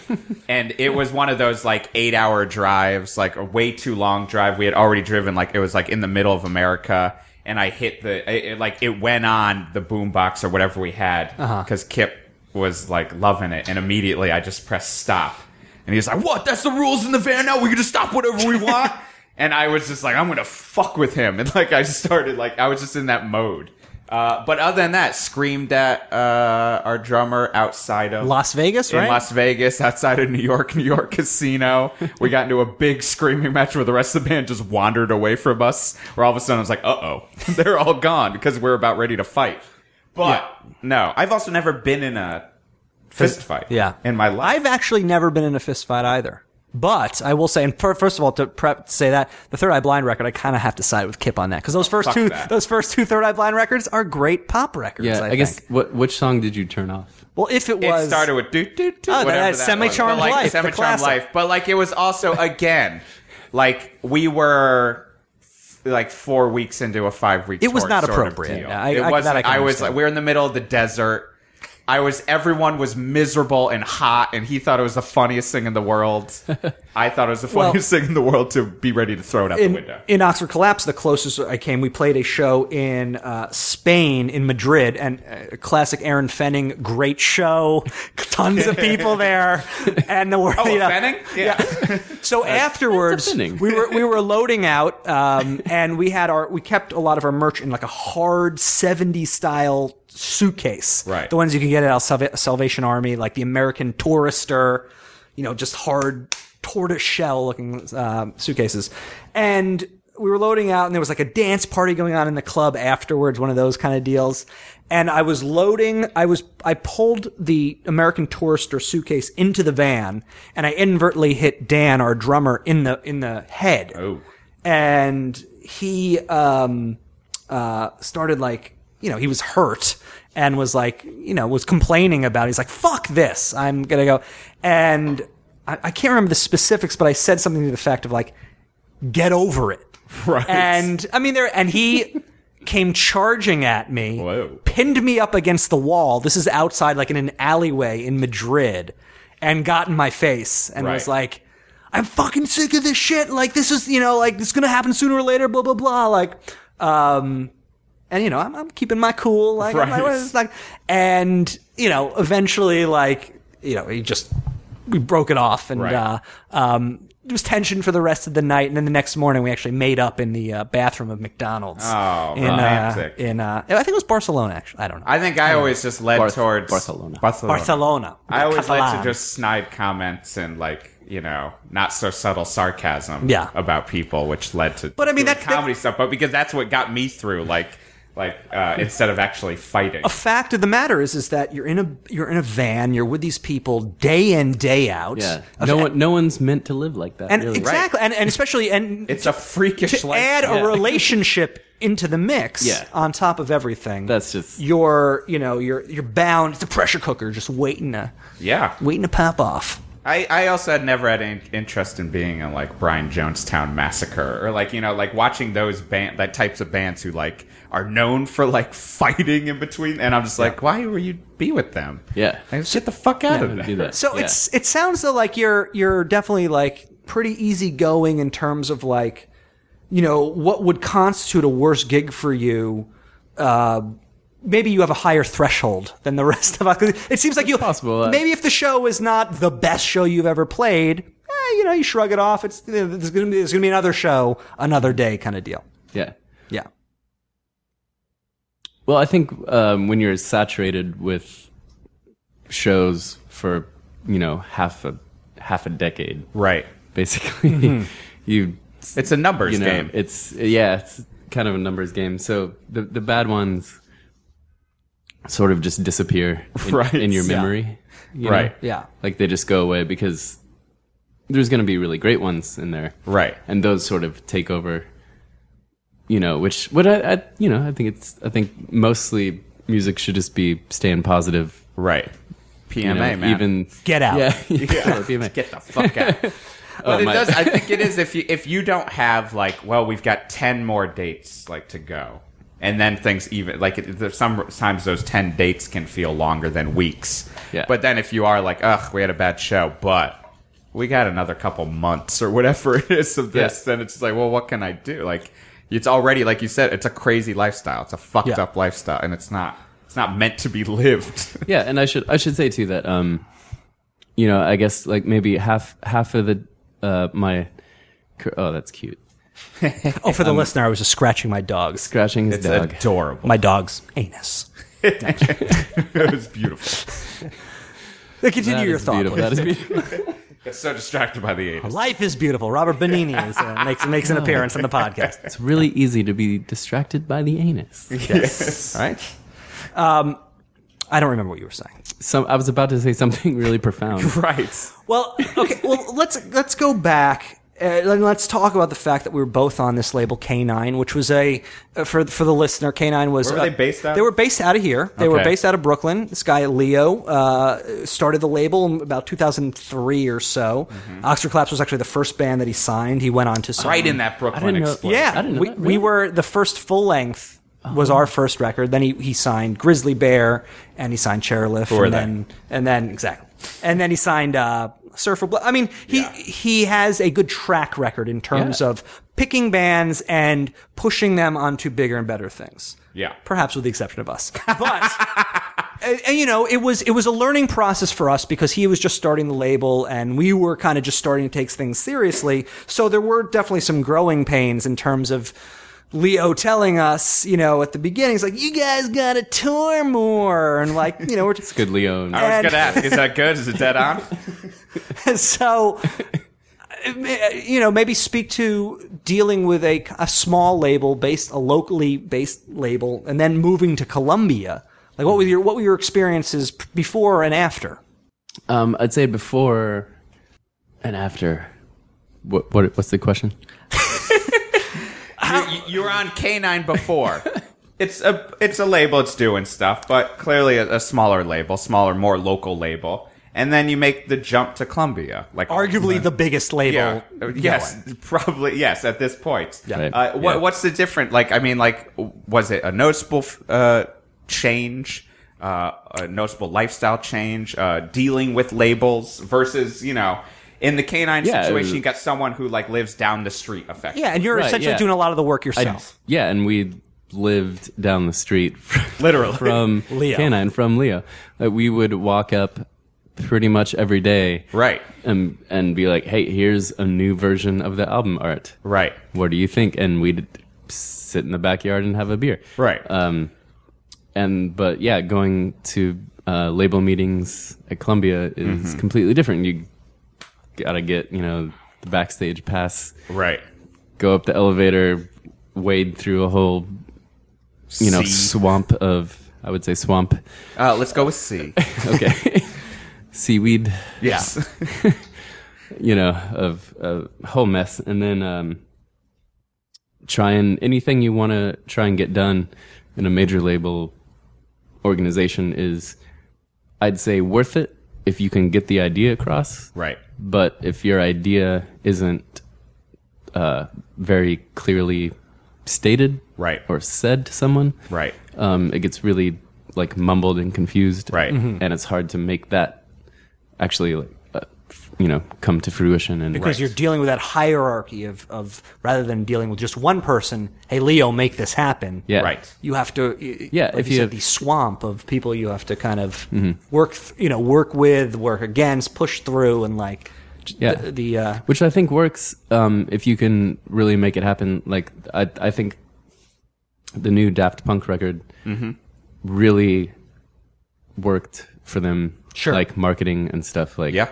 Speaker 3: And it was one of those like eight hour drives, like a way too long drive. We had already driven, like, it was like in the middle of America. And I hit the, it, it, like, it went on the boombox or whatever we had because Kip was like loving it. And immediately I just pressed stop. And he was like, what? That's the rules in the van now? We can just stop whatever we want? and I was just like, I'm going to fuck with him. And like, I just started, like, I was just in that mode. Uh, but other than that, screamed at uh, our drummer outside of
Speaker 2: Las Vegas, right?
Speaker 3: in Las Vegas, outside of New York, New York casino. We got into a big screaming match where the rest of the band just wandered away from us. Where all of a sudden I was like, uh oh, they're all gone because we're about ready to fight. But no, I've also never been in a fist fight.
Speaker 2: yeah.
Speaker 3: in my life.
Speaker 2: I've actually never been in a fist fight either. But I will say, and fir- first of all, to prep to say that the Third Eye Blind record, I kind of have to side with Kip on that because those first
Speaker 3: Oh, fuck
Speaker 2: two,
Speaker 3: that.
Speaker 2: those first two Third Eye Blind records are great pop records.
Speaker 4: yeah,
Speaker 2: I,
Speaker 4: I, guess
Speaker 2: think.
Speaker 4: what which song did you turn off?
Speaker 2: Well, if it
Speaker 3: it
Speaker 2: was
Speaker 3: started with do
Speaker 2: Oh,
Speaker 3: do do.
Speaker 2: that-
Speaker 3: whatever
Speaker 2: that
Speaker 3: was.
Speaker 2: Semi-Charmed
Speaker 3: But, like,
Speaker 2: Life, the
Speaker 3: Semi-charmed
Speaker 2: classic.
Speaker 3: life, but like it was also again, like we were f- like four weeks into a five week.
Speaker 2: It was not appropriate. Yeah, I-
Speaker 3: it
Speaker 2: I-
Speaker 3: wasn't.
Speaker 2: that I can
Speaker 3: was
Speaker 2: understand.
Speaker 3: like we were in the middle of the desert. I was. Everyone was miserable and hot, and he thought it was the funniest thing in the world. I thought it was the
Speaker 2: Well-
Speaker 3: funniest thing in the world to be ready to throw it out
Speaker 2: in,
Speaker 3: the window.
Speaker 2: in Oxford Collapse, the closest I came, we played a show in uh, Spain, in Madrid, and uh, classic Aaron Fenning, great show, tons of people there, and the world.
Speaker 3: Oh,
Speaker 2: you know-
Speaker 3: offending? Yeah.
Speaker 2: So afterwards,
Speaker 4: offending.
Speaker 2: we were we were loading out, um, and we had our we kept a lot of our merch in like a hard 70s style suitcase,
Speaker 3: Right.
Speaker 2: The ones you can get at El Salva- Salvation Army, like the American Tourister, you know, just hard tortoise shell looking um, suitcases, and we were loading out, and there was like a dance party going on in the club afterwards, one of those kind of deals. And I was loading, I was, I pulled the American Tourister suitcase into the van, and I inadvertently hit Dan, our drummer, in the in the head.
Speaker 3: Oh.
Speaker 2: And he um, uh, started like, you know, he was hurt and was like, you know, was complaining about. It. He's like, "Fuck this! I'm gonna go." And I, I can't remember the specifics, but I said something to the effect of like, "Get over it."
Speaker 3: Right.
Speaker 2: And I mean, there, and he came charging at me,
Speaker 3: Whoa.
Speaker 2: pinned me up against the wall. This is outside, like in an alleyway in Madrid, and got in my face and was
Speaker 3: Right.
Speaker 2: like, I'm fucking sick of this shit. Like, this is, you know, like, this is gonna happen sooner or later, blah, blah, blah. Like, um, and you know, I'm, I'm keeping my cool. Like, I'm like,
Speaker 3: Right.
Speaker 2: what is- like, and you know, eventually, like, you know, he just we broke it off, and
Speaker 3: Right.
Speaker 2: uh, um, it was tension for the rest of the night. And then the next morning, we actually made up in the uh, bathroom of McDonald's.
Speaker 3: Oh,
Speaker 2: in, uh,
Speaker 3: romantic.
Speaker 2: in uh, I think it was Barcelona. Actually, I don't know.
Speaker 3: I think I always just led
Speaker 4: Barth-
Speaker 3: towards
Speaker 4: Barcelona.
Speaker 2: Barcelona.
Speaker 3: I always like
Speaker 2: Catalan.
Speaker 3: to just snide comments and like you know not so subtle sarcasm
Speaker 2: Yeah.
Speaker 3: about people, which led to
Speaker 2: But I mean,
Speaker 3: doing
Speaker 2: that's-
Speaker 3: comedy stuff. But because that's what got me through, like like uh, instead of actually fighting,
Speaker 2: a fact of the matter is is that you're in a you're in a van, you're with these people day in day out.
Speaker 4: Yeah, no one no one's meant to live like that.
Speaker 2: and
Speaker 4: really.
Speaker 2: exactly, and, and especially and
Speaker 3: it's a freakish
Speaker 2: to
Speaker 3: life.
Speaker 2: add
Speaker 4: Yeah.
Speaker 2: a relationship into the mix
Speaker 4: Yeah.
Speaker 2: on top of everything
Speaker 4: That's just-
Speaker 2: you're you know you're you're bound it's a pressure cooker just waiting to
Speaker 3: yeah.
Speaker 2: waiting to pop off
Speaker 3: I, I also had never had any interest in being in like Brian Jonestown Massacre or like you know like watching those band that types of bands who like are known for like fighting in between, and I'm just like, why were you be with them?
Speaker 4: Yeah.
Speaker 3: like, get the fuck out of
Speaker 4: Yeah,
Speaker 3: there.
Speaker 4: do that.
Speaker 2: so
Speaker 4: Yeah.
Speaker 2: it's it sounds though like you're you're definitely like pretty easygoing in terms of like you know what would constitute a worse gig for you uh maybe you have a higher threshold than the rest of us. 'Cause It seems like you
Speaker 4: possible, uh,
Speaker 2: maybe if the show is not the best show you've ever played, eh, you know, you shrug it off. It's there's going to be there's going to be another show, another day kind of deal.
Speaker 4: Yeah.
Speaker 2: Yeah.
Speaker 4: Well, I think um, when you're saturated with shows for you know half a half a decade,
Speaker 3: Right. Mm-hmm.
Speaker 4: basically, you
Speaker 3: It's a numbers
Speaker 4: you know
Speaker 3: game.
Speaker 4: it's yeah, it's kind of a numbers game. So the the bad ones sort of just disappear in,
Speaker 3: Right.
Speaker 4: in your
Speaker 3: Yeah.
Speaker 4: memory, you know?
Speaker 3: Right.
Speaker 2: Yeah.
Speaker 4: Like they just go away because there's going to be really great ones in there,
Speaker 3: Right.
Speaker 4: and those sort of take over you know which what I, I you know i think it's i think mostly music should just be staying positive
Speaker 3: Right. PMA,
Speaker 4: you know,
Speaker 3: man.
Speaker 4: even
Speaker 2: Get out.
Speaker 4: yeah, yeah.
Speaker 3: Get the fuck out. But it
Speaker 4: Oh, my-
Speaker 3: does. I think it is if you if you don't have like, well, we've got ten more dates like to go, and then things even like it, there's sometimes those ten dates can feel longer than weeks.
Speaker 4: Yeah.
Speaker 3: But then if you are like, ugh, we had a bad show, but we got another couple months or whatever it is of this,
Speaker 4: Yeah.
Speaker 3: then it's just like, well, what can I do? Like, it's already like you said, it's a crazy lifestyle. It's a fucked
Speaker 2: Yeah.
Speaker 3: up lifestyle, and it's not. It's not meant to be lived.
Speaker 4: yeah and i should i should say too that um you know i guess like maybe half half of the uh my cur- oh that's cute
Speaker 2: Oh, for the
Speaker 4: Um,
Speaker 2: listener, I was just scratching my dog's
Speaker 4: scratching his
Speaker 3: It's
Speaker 4: dog
Speaker 3: adorable.
Speaker 2: my dog's anus.
Speaker 3: it was beautiful.
Speaker 2: continue
Speaker 4: That
Speaker 2: your
Speaker 4: is
Speaker 2: thought.
Speaker 4: beautiful. That is beautiful.
Speaker 3: It's so distracted by the 80s.
Speaker 2: Life is beautiful. Robert Benini is, uh, makes makes an appearance on the podcast.
Speaker 4: It's really easy to be distracted by the anus.
Speaker 3: Yes.
Speaker 4: Right?
Speaker 2: I don't remember what you were saying.
Speaker 4: Some I was about to say something really profound.
Speaker 3: Right.
Speaker 2: Well, okay. Well, let's let's go back uh, and let's talk about the fact that we were both on this label K9, which was a uh, for for the listener. K9 was
Speaker 3: Where were they based out of?
Speaker 2: They were based out of here. They were
Speaker 3: Okay.
Speaker 2: based out of Brooklyn. This guy Leo uh, started the label in about 2003 or so. Oxford Collapse was actually the first band that he signed. He went on to sign.
Speaker 3: Mm-hmm. Right in that Brooklyn
Speaker 4: know-
Speaker 3: explosion.
Speaker 2: Yeah,
Speaker 4: I didn't know
Speaker 2: we,
Speaker 4: that,
Speaker 2: we
Speaker 4: really? Oh.
Speaker 2: were the first full length was our first record. Then he, he signed Grizzly Bear and he signed Chairlift
Speaker 3: are
Speaker 2: and
Speaker 3: they?
Speaker 2: then and then exactly and then he signed uh, Surfer Blood. I mean he he has a good track record in terms
Speaker 4: Yeah.
Speaker 2: of picking bands and pushing them onto bigger and better things.
Speaker 3: Yeah.
Speaker 2: perhaps with the exception of us, but. and, and, you know, it was it was a learning process for us because he was just starting the label and we were kind of just starting to take things seriously. So there were definitely some growing pains in terms of Leo telling us, you know, at the beginning, he's like, "You guys gotta tour more," and like, you know, we're just
Speaker 4: Good Leo.
Speaker 3: I was
Speaker 2: And-
Speaker 3: going to ask, is that good? Is it dead on?
Speaker 2: so you know maybe speak to dealing with a, a small label based a locally based label and then moving to Columbia like what were your what were your experiences p- before and after
Speaker 4: Um, I'd say before and after. What, what what's the question?
Speaker 3: you, you were on K9 before. It's a it's a label. It's doing stuff, but clearly a, a smaller label, smaller, more local label. And then you make the jump to Columbia, like
Speaker 2: arguably the biggest label
Speaker 3: Yeah. Uh, Yes, probably yes. At this point,
Speaker 4: Right.
Speaker 3: Uh, what,
Speaker 4: Yeah.
Speaker 3: What's the different? Like, I mean, like, was it a noticeable f- uh, change, uh, a noticeable lifestyle change, uh, dealing with labels versus you know, in the canine
Speaker 4: Yeah, it
Speaker 3: situation,
Speaker 4: was-
Speaker 3: you got someone who like lives down the street, effectively.
Speaker 2: yeah and you're
Speaker 4: Right,
Speaker 2: essentially
Speaker 4: yeah.
Speaker 2: doing a lot of the work yourself
Speaker 4: Yeah, and we lived down the street from,
Speaker 3: literally.
Speaker 4: from
Speaker 2: Leo.
Speaker 4: Canine from Leo. Like we would walk up pretty much every day,
Speaker 3: Right.
Speaker 4: And and be like, hey, here's a new version of the album art.
Speaker 3: Right.
Speaker 4: What do you think? And we'd sit in the backyard and have a beer.
Speaker 3: Right.
Speaker 4: Um, and but yeah, going to uh, label meetings at Columbia is
Speaker 3: Mm-hmm.
Speaker 4: completely different. You gotta get you know the backstage pass,
Speaker 3: right.
Speaker 4: go up the elevator, wade through a whole you know
Speaker 3: C.
Speaker 4: swamp of I would say swamp,
Speaker 3: Uh, let's go with C.
Speaker 4: okay, seaweed,
Speaker 3: Yes.
Speaker 4: you know, of a whole mess, and then um, trying anything you want to try and get done in a major label organization is, I'd say, worth it if you can get the idea across.
Speaker 3: right.
Speaker 4: But if your idea isn't uh, very clearly stated,
Speaker 3: Right.
Speaker 4: or said to someone,
Speaker 3: Right.
Speaker 4: um, it gets really like mumbled and confused,
Speaker 3: Right. Mhm.
Speaker 4: And it's hard to make that actually like, uh, f- you know come to fruition and
Speaker 2: because you're dealing with that hierarchy of, of rather than dealing with just one person. Hey, Leo, make this happen.
Speaker 4: yeah
Speaker 3: Right.
Speaker 2: you have to
Speaker 4: Yeah,
Speaker 2: like
Speaker 4: if you Mm-hmm.
Speaker 2: you, said,
Speaker 4: have-
Speaker 2: the swamp of people you have to kind of work th- you know work with work against push through and like j-
Speaker 4: Yeah.
Speaker 2: the, the uh,
Speaker 4: which I think works um, if you can really make it happen. Like I, I think the new Daft Punk record really worked for them,
Speaker 2: Sure.
Speaker 4: like marketing and stuff. Like
Speaker 3: Yeah.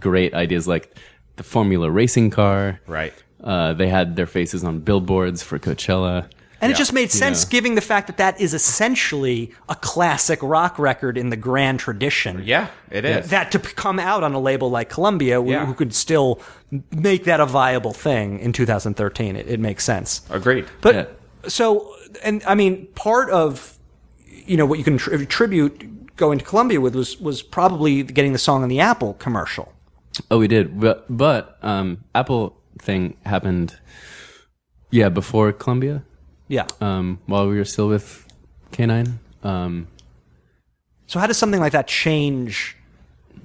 Speaker 4: great ideas, like the Formula racing car.
Speaker 3: Right.
Speaker 4: Uh, they had their faces on billboards for Coachella.
Speaker 2: and it just made sense given the fact that that is essentially a classic rock record in the grand tradition
Speaker 3: Yeah, it is.
Speaker 2: that to p- come out on a label like Columbia who,
Speaker 3: Yeah.
Speaker 2: who could still m- make that a viable thing in 2013 it, it makes sense
Speaker 3: Agreed.
Speaker 2: But
Speaker 4: Yeah.
Speaker 2: so, and I mean, part of you know what you can tr- attribute going to Columbia with was was probably getting the song on the Apple commercial.
Speaker 4: Oh, we did, but but um, Apple thing happened. Yeah, before Columbia.
Speaker 2: Yeah.
Speaker 4: um, while we were still with Canine. Um,
Speaker 2: so how does something like that change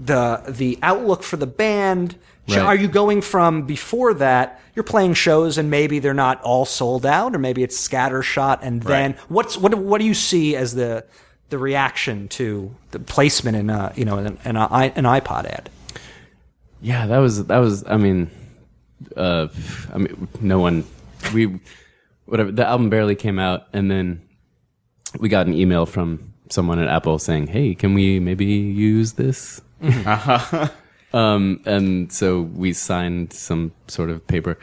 Speaker 2: the the outlook for the band? Sh-
Speaker 4: Right.
Speaker 2: Are you going from before that you're playing shows and maybe they're not all sold out or maybe it's scattershot and then what's what do- what do you see as the the reaction to the placement in a you know in, in a, i- an iPod ad?
Speaker 4: yeah, that was that was. I mean, uh, I mean, no one. We whatever the album barely came out, and then we got an email from someone at Apple saying, "Hey, can we maybe use this?" um, and so we signed some sort of paper,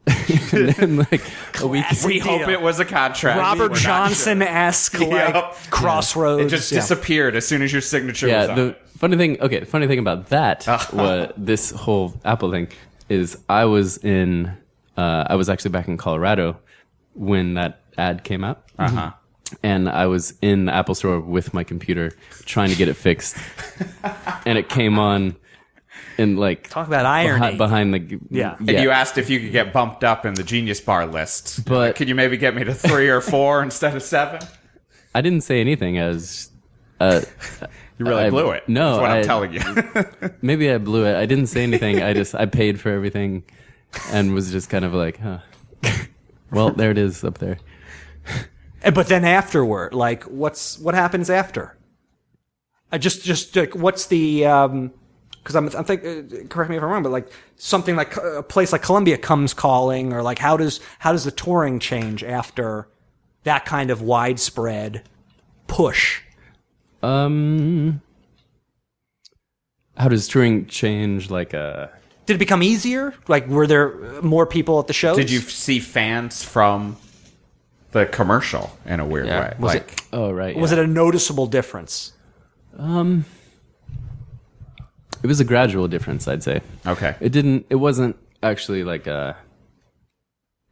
Speaker 4: and then like a week.
Speaker 3: we
Speaker 2: Deal.
Speaker 3: hope it was a contract. We're
Speaker 2: Robert
Speaker 3: not
Speaker 2: Johnson esque like
Speaker 3: Yep.
Speaker 2: crossroads.
Speaker 3: sure. It just
Speaker 2: Yeah.
Speaker 3: disappeared as soon as your signature
Speaker 4: Yeah,
Speaker 3: was on.
Speaker 4: the
Speaker 3: it.
Speaker 4: funny thing. Okay, funny thing about that, wa- this whole Apple thing, is I was in, uh, I was actually back in Colorado when that ad came out, uh-huh. and I was in the Apple store with my computer trying to get it fixed, and it came on, and like
Speaker 2: Talk about irony.
Speaker 4: behi- behind, the
Speaker 2: Yeah. And
Speaker 3: And you asked if you could get bumped up in the Genius Bar list.
Speaker 4: But-
Speaker 3: could you maybe get me to three or four instead of seven?
Speaker 4: I didn't say anything as. Uh,
Speaker 3: You really
Speaker 4: I-
Speaker 3: blew it.
Speaker 4: no,
Speaker 3: that's what I,
Speaker 4: I-
Speaker 3: am telling you.
Speaker 4: maybe I blew it. I didn't say anything. I just I paid for everything, and was just kind of like, huh. well, there it is up there.
Speaker 2: But then afterward, like, what's what happens after? I just, just like, what's the? um Because I'm, I'm think. uh, Correct me if I'm wrong, but like something like uh, a place like Columbia comes calling, or like how does how does the touring change after that kind of widespread push?
Speaker 4: Um, how does touring change? Like uh, a
Speaker 2: Did it become easier? Like, were there uh, more people at the shows?
Speaker 3: Did you f- see fans from the commercial in a weird way?
Speaker 2: Was
Speaker 3: like,
Speaker 2: it
Speaker 4: oh right,
Speaker 2: was it a noticeable difference?
Speaker 4: it was a gradual difference, I'd say.
Speaker 3: okay.
Speaker 4: It didn't. It wasn't actually like a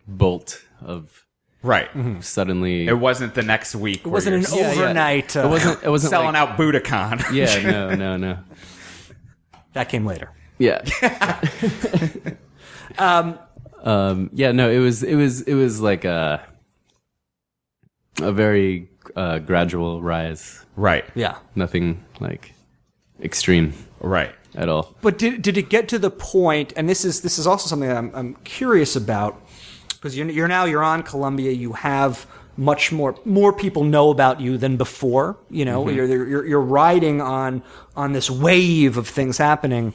Speaker 4: bolt of
Speaker 3: right.
Speaker 4: Mm-hmm. suddenly.
Speaker 3: It wasn't the next week.
Speaker 2: It wasn't an
Speaker 4: Yeah, yeah.
Speaker 2: overnight.
Speaker 4: It
Speaker 2: Uh,
Speaker 4: wasn't. It wasn't
Speaker 3: selling
Speaker 4: like,
Speaker 3: out Budokan.
Speaker 4: Yeah, no, no, no.
Speaker 2: that came later.
Speaker 4: Yeah. um, yeah, no, it was, it was, it was like a, a very uh, gradual rise.
Speaker 3: right.
Speaker 2: Yeah.
Speaker 4: Nothing like extreme
Speaker 3: Right.
Speaker 4: at all.
Speaker 2: But did, did it get to the point? And this is this is also something that I'm, I'm curious about because you're, you're now you're on Columbia. You have much more more people know about you than before. You know, you're, you're you're riding on on this wave of things happening.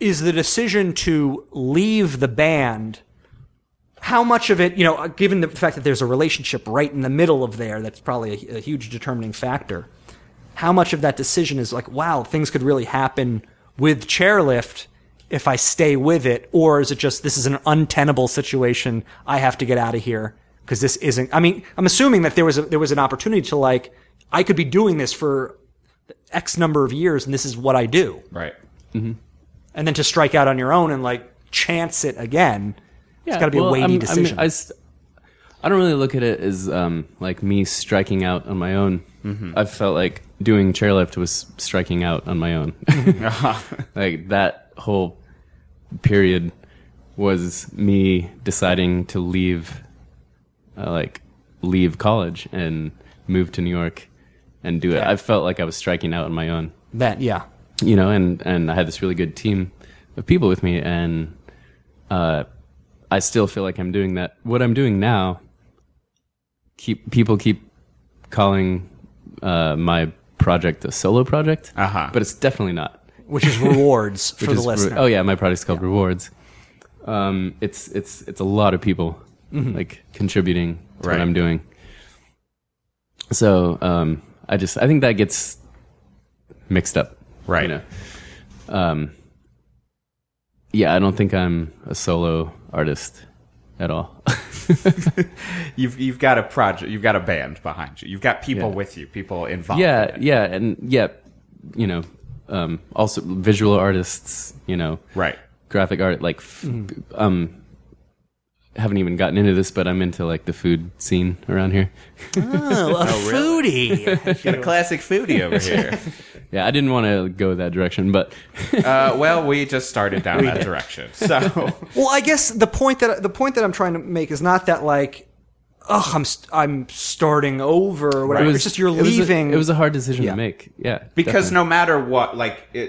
Speaker 2: Is the decision to leave the band? How much of it, you know, given the fact that there's a relationship right in the middle of there, that's probably a, a huge determining factor how much of that decision is like, wow, things could really happen with chairlift if I stay with it, or is it just this is an untenable situation? I have to get out of here because this isn't. I mean, I'm assuming that there was a, there was an opportunity to like, I could be doing this for X number of years, and this is what I do,
Speaker 3: Right.
Speaker 2: and then to strike out on your own and like chance it again, it's got to be a
Speaker 4: well,
Speaker 2: weighty
Speaker 4: I'm- I mean,
Speaker 2: decision.
Speaker 4: I, s- I don't really look at it as um, like me striking out on my own. I felt like doing chairlift was striking out on my own. like that whole period was me deciding to leave, uh, like leave college and move to New York and do it. I felt like I was striking out on my own
Speaker 2: that yeah,
Speaker 4: you know, and and I had this really good team of people with me, and uh, I still feel like I'm doing that. What I'm doing now, keep people keep calling uh, my project a solo project,
Speaker 3: Uh-huh.
Speaker 4: but it's definitely not.
Speaker 2: which is rewards for
Speaker 4: Which
Speaker 2: the
Speaker 4: is re-
Speaker 2: listener.
Speaker 4: oh yeah, my product's called Rewards. Um, it's it's it's a lot of people like contributing to
Speaker 3: Right.
Speaker 4: what I'm doing. So um, I just I think that gets mixed up, You
Speaker 3: Right.
Speaker 4: know? Um, yeah, I don't think I'm a solo artist at all.
Speaker 3: You've you've got a project. You've got a band behind you. You've got people
Speaker 4: Yeah.
Speaker 3: with you. People involved.
Speaker 4: yeah, yeah, and yeah, you know, um, also visual artists, you know,
Speaker 3: Right.
Speaker 4: graphic art like f- um haven't even gotten into this but i'm into like the food scene around here
Speaker 2: Oh, a foodie.
Speaker 3: Got a classic foodie over here.
Speaker 4: yeah i didn't want to go that direction but
Speaker 3: Uh, well, we just started down that direction. So
Speaker 2: well, I guess the point that the point that I'm trying to make is not that like, oh, I'm st- I'm starting over or whatever.
Speaker 4: it was
Speaker 2: it's just you're
Speaker 4: it was a-
Speaker 2: leaving.
Speaker 4: it was a hard decision
Speaker 2: Yeah.
Speaker 4: to make yeah
Speaker 3: because
Speaker 4: definitely.
Speaker 3: no matter what like it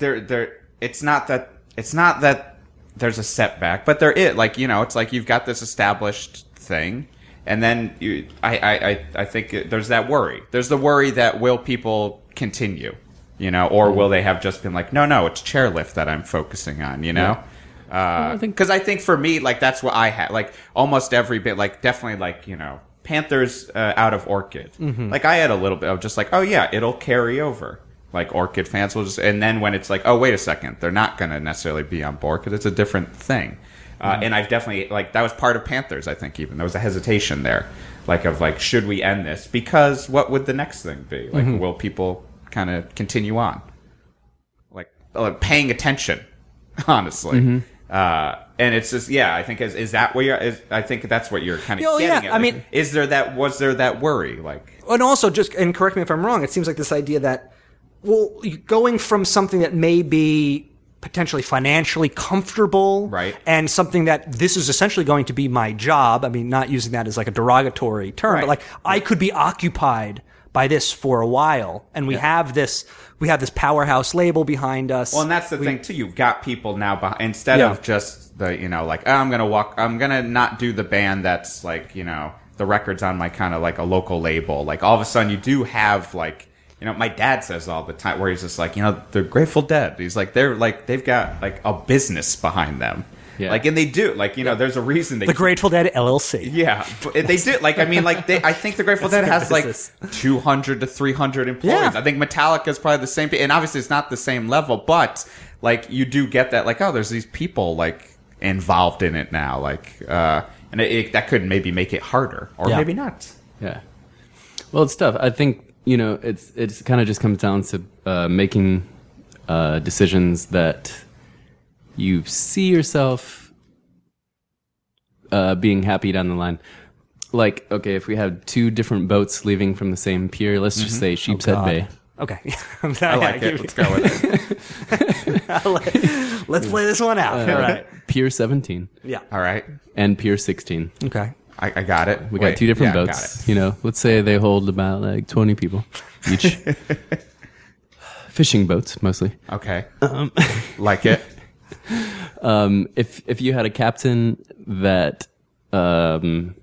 Speaker 3: there there it's not that it's not that there's a setback but there is like you know it's like you've got this established thing and then you i i i, I think it- there's that worry there's the worry that will people continue you know or will they have just been like no no it's chairlift that i'm focusing on you know
Speaker 4: I think-
Speaker 3: because I think for me, like that's what I had. Like almost every bit, like definitely, like you know, Panthers uh, out of Orchid. Like I had a little bit of just like, oh yeah, it'll carry over. Like Orchid fans will just, and then when it's like, oh wait a second, they're not going to necessarily be on board because it's a different thing. Uh, and I've definitely like that was part of Panthers. I think even there was a hesitation there, like of like, should we end this? Because what would the next thing be? Like, will people kind of continue on? like like paying attention, honestly.
Speaker 2: Mm-hmm.
Speaker 3: Uh, and it's just yeah, I think is is that where you're, is, I think that's what you're kind of
Speaker 2: Oh,
Speaker 3: getting
Speaker 2: yeah,
Speaker 3: at.
Speaker 2: I
Speaker 3: Like,
Speaker 2: mean-
Speaker 3: is there that was there that worry like
Speaker 2: and also just and correct me if I'm wrong. It seems like this idea that well, you- going from something that may be potentially financially comfortable,
Speaker 3: Right.
Speaker 2: and something that this is essentially going to be my job. I mean, not using that as like a derogatory term,
Speaker 3: Right.
Speaker 2: but like I could be occupied by this for a while, and we have this we have this powerhouse label behind us.
Speaker 3: Well, and that's the thing too. You've got people now behind instead
Speaker 2: Yeah.
Speaker 3: of just the you know like oh, I'm gonna walk. I'm gonna not do the band that's like you know the records on my kind of like a local label. Like all of a sudden you do have like you know my dad says all the time where he's just like you know they're Grateful Dead. He's like they're like they've got like a business behind them.
Speaker 4: Yeah.
Speaker 3: Like and they do like you know there's a reason they
Speaker 2: the Grateful Dead LLC.
Speaker 3: yeah, but they did. Like, I mean, like, they, I think the Grateful Dead
Speaker 2: That's
Speaker 3: has
Speaker 2: their
Speaker 3: like
Speaker 2: business.
Speaker 3: 200 to 300 employees.
Speaker 2: Yeah.
Speaker 3: I think Metallica is probably the same, and obviously it's not the same level, but like, you do get that, like, oh, there's these people like involved in it now, like, uh, and it, it, that could maybe make it harder, or
Speaker 2: Yeah.
Speaker 3: maybe not.
Speaker 4: yeah well it's tough i think you know it's it's kind of just comes down to uh, making uh, decisions that you see yourself uh, being happy down the line like okay if we have two different boats leaving from the same pier let's
Speaker 3: Mm-hmm.
Speaker 4: just
Speaker 3: Oh,
Speaker 4: say sheepshead bay
Speaker 2: Uh, Okay,
Speaker 3: I like it. Let's go with it.
Speaker 2: Let's play this one
Speaker 3: Uh,
Speaker 2: out. All right.
Speaker 4: pier 17
Speaker 2: Yeah.
Speaker 3: All right.
Speaker 4: and pier 16
Speaker 2: Okay.
Speaker 3: I, I got it.
Speaker 4: we
Speaker 3: Wait,
Speaker 4: got two different
Speaker 3: yeah, I got
Speaker 4: boats you know let's say they hold about like 20 people each fishing boats mostly
Speaker 3: it. Okay.
Speaker 2: Um,
Speaker 3: like it.
Speaker 4: um, if if you had a captain that um,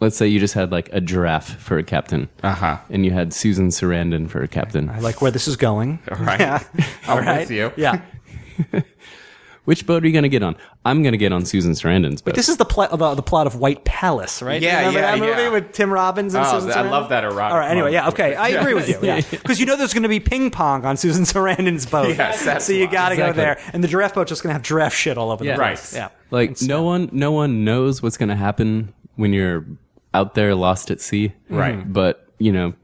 Speaker 4: let's say you just had like a giraffe for a captain
Speaker 3: Uh huh.
Speaker 4: and you had Susan Sarandon for a captain,
Speaker 2: Ah. I like where this is going.
Speaker 3: All right.
Speaker 2: Yeah.
Speaker 3: I'm
Speaker 2: All right.
Speaker 3: with you.
Speaker 2: Yeah.
Speaker 4: which boat are you going to get on? I'm going to get on Susan Sarandon's boat.
Speaker 2: This is the plot about the plot of White Palace, right?
Speaker 3: Yeah,
Speaker 2: Remember
Speaker 3: yeah,
Speaker 2: that movie
Speaker 3: yeah.
Speaker 2: with Tim Robbins and
Speaker 3: Oh,
Speaker 2: Susan
Speaker 3: I
Speaker 2: Sarandon?
Speaker 3: love that erotic
Speaker 2: All right. Anyway,
Speaker 3: moment.
Speaker 2: yeah. Okay, I agree with you. Yeah, because you know there's going to be ping pong on Susan Sarandon's boat.
Speaker 3: Yes, that's
Speaker 2: so you
Speaker 3: why.
Speaker 2: got to
Speaker 4: Exactly.
Speaker 2: go there, and the giraffe boat's just going to have giraffe shit all over
Speaker 4: Yeah.
Speaker 2: the place.
Speaker 3: Right.
Speaker 2: Yeah.
Speaker 4: like no one no one knows what's going to happen when you're out there lost at sea.
Speaker 3: Right.
Speaker 4: But, you know,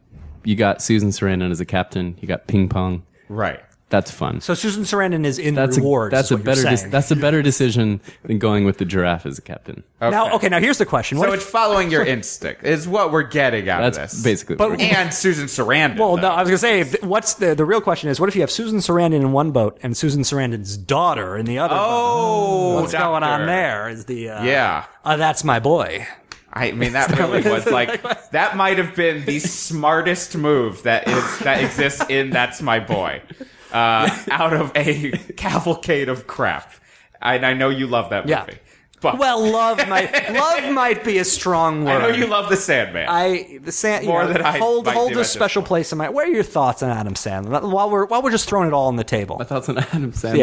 Speaker 4: you got Susan Sarandon as a captain, you got ping pong.
Speaker 3: Right.
Speaker 4: That's fun.
Speaker 2: So Susan Sarandon is in
Speaker 4: that's
Speaker 2: rewards.
Speaker 4: a, that's
Speaker 2: is
Speaker 4: a
Speaker 2: what you're
Speaker 4: better
Speaker 2: saying.
Speaker 4: that's a better decision than going with the giraffe as a captain.
Speaker 2: now. Okay. Now here's the question. What
Speaker 3: So
Speaker 2: if-
Speaker 3: it's following your instinct is what we're getting out
Speaker 4: That's
Speaker 3: of this.
Speaker 4: basically what
Speaker 2: But-
Speaker 4: we're-
Speaker 3: and Susan Sarandon.
Speaker 2: Well,
Speaker 3: though.
Speaker 2: no, I was gonna say, if- what's the the real question is, what if you have Susan Sarandon in one boat and Susan Sarandon's daughter in the other?
Speaker 3: Oh,
Speaker 2: boat? what's going on
Speaker 3: doctor.
Speaker 2: there? Is the uh,
Speaker 3: Yeah.
Speaker 2: uh, that's my boy.
Speaker 3: I mean, that really was like that might have been the smartest move that is that exists in That's My Boy. uh, out of a cavalcade of crap. And I know you love that movie.
Speaker 2: Yeah.
Speaker 3: But
Speaker 2: Well, love might love might be a strong word.
Speaker 3: I know you love The Sandman.
Speaker 2: I the sand
Speaker 3: More
Speaker 2: you know,
Speaker 3: than I
Speaker 2: hold
Speaker 3: might
Speaker 2: hold a
Speaker 3: do at this
Speaker 2: special place in my. What are your thoughts on Adam Sandler? While we're while we're just throwing it all on the table,
Speaker 4: My thoughts on Adam Sandler.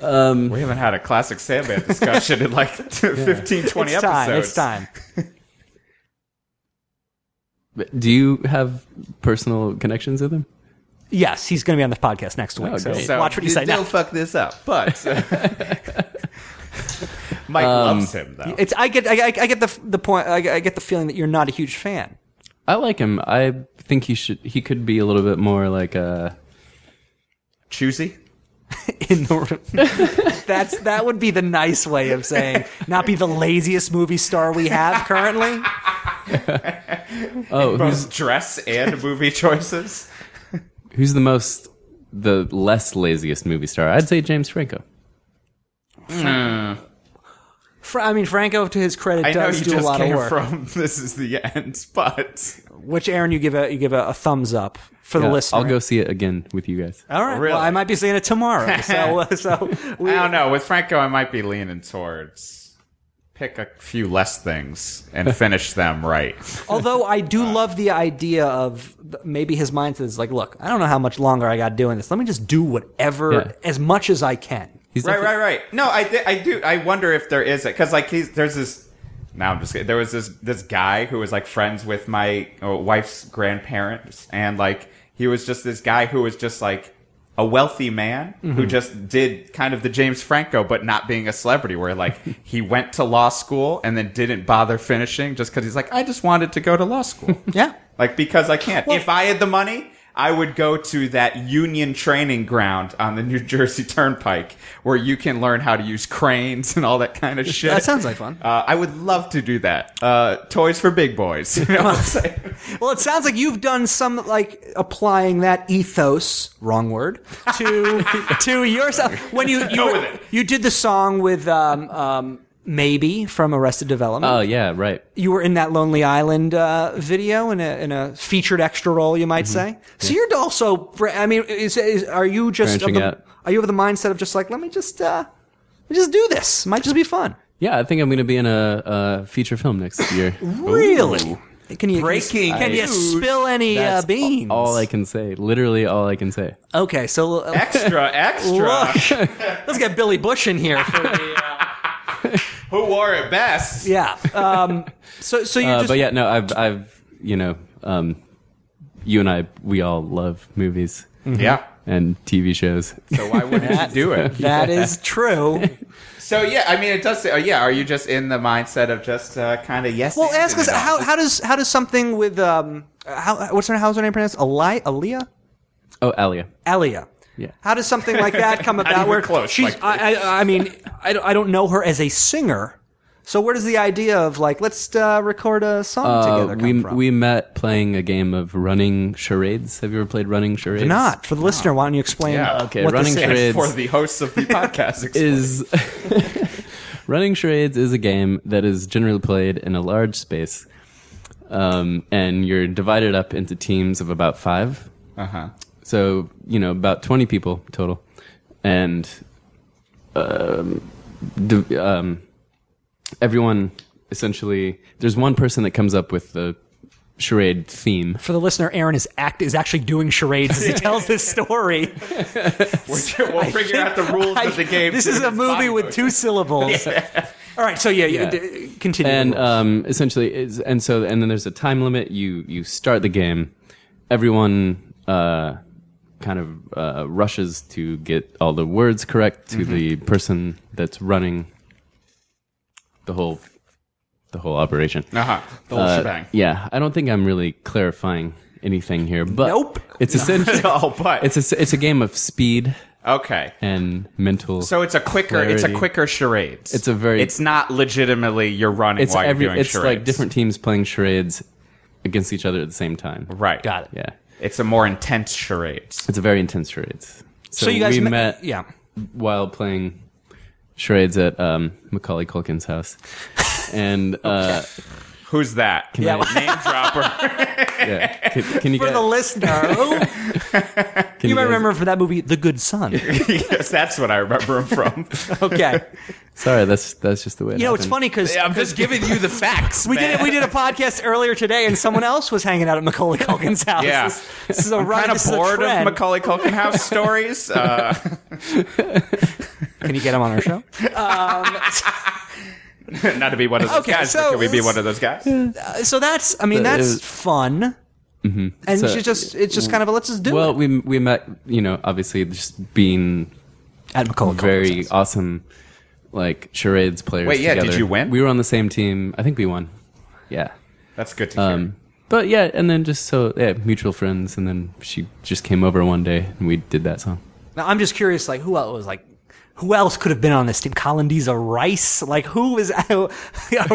Speaker 2: yeah,
Speaker 3: we haven't had a classic Sandman discussion in like 15, 20
Speaker 2: it's
Speaker 3: episodes.
Speaker 2: time. It's time.
Speaker 4: But Do you have personal connections with him?
Speaker 2: Yes, he's going to be on the podcast next week.
Speaker 4: Oh,
Speaker 2: so,
Speaker 4: great.
Speaker 3: So
Speaker 2: watch what you say.
Speaker 3: They'll
Speaker 2: Now,
Speaker 3: fuck this up. But Mike
Speaker 2: Um,
Speaker 3: loves him though.
Speaker 2: it's I get I, I I get the the point. I, I get the feeling that you're not a huge fan.
Speaker 4: I like him. I think he should. He could be a little bit more like uh, a.
Speaker 3: Choosy.
Speaker 2: in the That's that would be the nice way of saying not be the laziest movie star we have currently.
Speaker 4: Oh, who's
Speaker 3: Both dress and movie choices.
Speaker 4: who's the most the less laziest movie star? I'd say James Franco.
Speaker 2: Fra- I mean, Franco, to his credit,
Speaker 3: I know
Speaker 2: does
Speaker 3: you
Speaker 2: do a
Speaker 3: just
Speaker 2: lot of
Speaker 3: came
Speaker 2: work.
Speaker 3: from This Is the End, but
Speaker 2: Which Aaron, you give a you give a, a thumbs up for the
Speaker 4: Yeah,
Speaker 2: listener.
Speaker 4: I'll go see it again with you guys.
Speaker 2: All right.
Speaker 3: Really?
Speaker 2: Well, I might be seeing it tomorrow. So uh, so we,
Speaker 3: I don't know. With Franco, I might be leaning towards pick a few less things and finish them right.
Speaker 2: Although I do love the idea of th- maybe his mindset is like, look, I don't know how much longer I got doing this. Let me just do whatever
Speaker 4: Yeah.
Speaker 2: as much as I can.
Speaker 4: He's
Speaker 3: right,
Speaker 4: definitely-
Speaker 3: right, right. No, I, thi- I do. I wonder if there is it because like he's, there's this. Now I'm just kidding. There was this this guy who was like friends with my uh, wife's grandparents, and like he was just this guy who was just like a wealthy man who just did kind of the James Franco, but not being a celebrity. Where like he went to law school and then didn't bother finishing just because he's like, I just wanted to go to law school.
Speaker 2: Yeah.
Speaker 3: Like because I can't. if I had the money, I would go to that union training ground on the New Jersey Turnpike where you can learn how to use cranes and all that kind of shit.
Speaker 2: That sounds like fun.
Speaker 3: Uh, I would love to do that. Uh, toys for big boys. You know what I'm saying?
Speaker 2: Well, it sounds like you've done some like applying that ethos wrong word to to yourself when you you,
Speaker 3: Go
Speaker 2: were-
Speaker 3: with it.
Speaker 2: you did the song with um, um, maybe from Arrested Development.
Speaker 4: Oh yeah, right.
Speaker 2: you were in that Lonely Island uh, video in a in a featured extra role, you might
Speaker 4: Mm-hmm.
Speaker 2: say. So you're also br- I mean, is, is are you just of
Speaker 4: Branching
Speaker 2: the,
Speaker 4: out.
Speaker 2: are you of the mindset of just like let me just uh, let me just do this? Might just be fun.
Speaker 4: Yeah, I think I'm gonna be in a, a feature film next year.
Speaker 2: Really? Can you
Speaker 3: Breaking
Speaker 2: Can you
Speaker 3: news.
Speaker 2: spill any uh,
Speaker 4: That's
Speaker 2: beans?
Speaker 4: All I can say, literally, all I can say.
Speaker 2: okay, so uh,
Speaker 3: Extra, extra.
Speaker 2: Look, let's get Billy Bush in here. For the, uh,
Speaker 3: Who wore it best?
Speaker 2: yeah. Um, so, so you
Speaker 4: Uh,
Speaker 2: just
Speaker 4: but yeah, no, I've, I've, you know, um, you and I, we all love movies
Speaker 3: Yeah.
Speaker 4: and TV shows.
Speaker 3: So why wouldn't you do it?
Speaker 2: that is true.
Speaker 3: So yeah, I mean, it does. Say, oh, yeah, are you just in the mindset of just uh, kind of yes?
Speaker 2: Well, ask
Speaker 3: and
Speaker 2: us
Speaker 3: no?
Speaker 2: how, how does how does something with um how what's her how's her name pronounced? Ali Aaliyah
Speaker 4: Oh, Alia.
Speaker 2: Alia.
Speaker 4: Yeah.
Speaker 2: How does something like that come about?
Speaker 3: even
Speaker 2: Where
Speaker 3: close,
Speaker 2: she's
Speaker 3: like-
Speaker 2: I, I I mean I don't, I don't know her as a singer. So where does the idea of like let's uh, record a song
Speaker 4: Uh,
Speaker 2: together come
Speaker 4: we
Speaker 2: from?
Speaker 4: we met playing a game of running charades. Have you ever played running charades?
Speaker 2: not for the listener. Why don't you explain?
Speaker 3: Yeah,
Speaker 4: okay,
Speaker 2: What
Speaker 4: running
Speaker 2: this is?
Speaker 4: charades.
Speaker 3: And for the hosts of the podcast
Speaker 4: is running charades is a game that is generally played in a large space, um, and you're divided up into teams of about five.
Speaker 3: Uh huh.
Speaker 4: So you know about twenty people total, and um, d- um, everyone essentially there's one person that comes up with the charade theme.
Speaker 2: For the listener, Aaron is act is actually doing charades as he tells this story.
Speaker 3: we'll figure out the rules
Speaker 2: I-
Speaker 3: of the game.
Speaker 2: This
Speaker 3: through
Speaker 2: is a
Speaker 3: his
Speaker 2: movie
Speaker 3: body
Speaker 2: with
Speaker 3: language.
Speaker 2: two syllables. All right, so yeah, you d- continue.
Speaker 4: and um, essentially, it's, and so and then there's a time limit. You you start the game. Everyone uh, kind of uh, rushes to get all the words correct
Speaker 3: Mm-hmm.
Speaker 4: to the person that's running the whole the whole operation. Uh,
Speaker 3: Uh-huh. The
Speaker 2: Uh,
Speaker 3: whole shebang.
Speaker 4: Yeah, I don't think I'm really clarifying anything here, but
Speaker 2: Nope.
Speaker 4: it's essentially
Speaker 3: Oh, but
Speaker 4: it's a it's a game of speed
Speaker 3: okay.
Speaker 4: and mental.
Speaker 3: So it's a quicker. It's a
Speaker 4: Clarity.
Speaker 3: quicker charades.
Speaker 4: It's a very-
Speaker 3: It's not legitimately you're running
Speaker 4: it's
Speaker 3: while
Speaker 4: every
Speaker 3: you're doing
Speaker 4: it's
Speaker 3: charades.
Speaker 4: like different teams playing charades against each other at the same time.
Speaker 3: Right.
Speaker 2: got it.
Speaker 4: Yeah.
Speaker 3: It's a more intense charades.
Speaker 4: It's a very intense charades. So,
Speaker 2: So you guys
Speaker 4: we
Speaker 2: ma-
Speaker 4: met
Speaker 2: yeah.
Speaker 4: while playing charades at um, Macaulay Culkin's house, and uh,
Speaker 3: Who's that?
Speaker 2: Yeah.
Speaker 3: Name dropper.
Speaker 4: Yeah. Can, can you
Speaker 2: For
Speaker 4: get?
Speaker 2: the listener, who-
Speaker 4: can
Speaker 2: you might
Speaker 4: guys-
Speaker 2: remember him from that movie, The Good Son.
Speaker 3: yes, that's what I remember him from.
Speaker 2: Okay,
Speaker 4: Sorry, that's that's just the way. It
Speaker 2: you know it's
Speaker 4: happened.
Speaker 2: funny because
Speaker 3: I'm just giving you the facts.
Speaker 2: we did it, we did a podcast earlier today, and someone else was hanging out at Macaulay Culkin's house.
Speaker 3: Yeah.
Speaker 2: This, this is a run.
Speaker 3: kind of
Speaker 2: this is a
Speaker 3: bored of
Speaker 2: trend.
Speaker 3: Macaulay Culkin house stories. Uh,
Speaker 2: Can you get him on our show?
Speaker 3: not to be one of those
Speaker 2: Okay,
Speaker 3: guys,
Speaker 2: so
Speaker 3: but could we be
Speaker 2: let's-
Speaker 3: one of those guys?
Speaker 2: Uh, so that's I mean
Speaker 4: But it
Speaker 2: that's
Speaker 4: was-
Speaker 2: fun. And
Speaker 4: So-
Speaker 2: it's just it's just kind of a, let's just do
Speaker 4: Well,
Speaker 2: it
Speaker 4: we we met. You know, obviously, just being
Speaker 2: at McCullough.
Speaker 4: very awesome, like charades players.
Speaker 3: Wait, yeah, did
Speaker 4: together.
Speaker 3: you win?
Speaker 4: We were on the same team. I think we won. Yeah.
Speaker 3: That's good to hear.
Speaker 4: Um, but yeah, and then just so yeah, mutual friends, and then she just came over one day, and we did that song.
Speaker 2: Now I'm just curious, like who else was like who else could have been on this team? Colindiza Rice, like who was? Are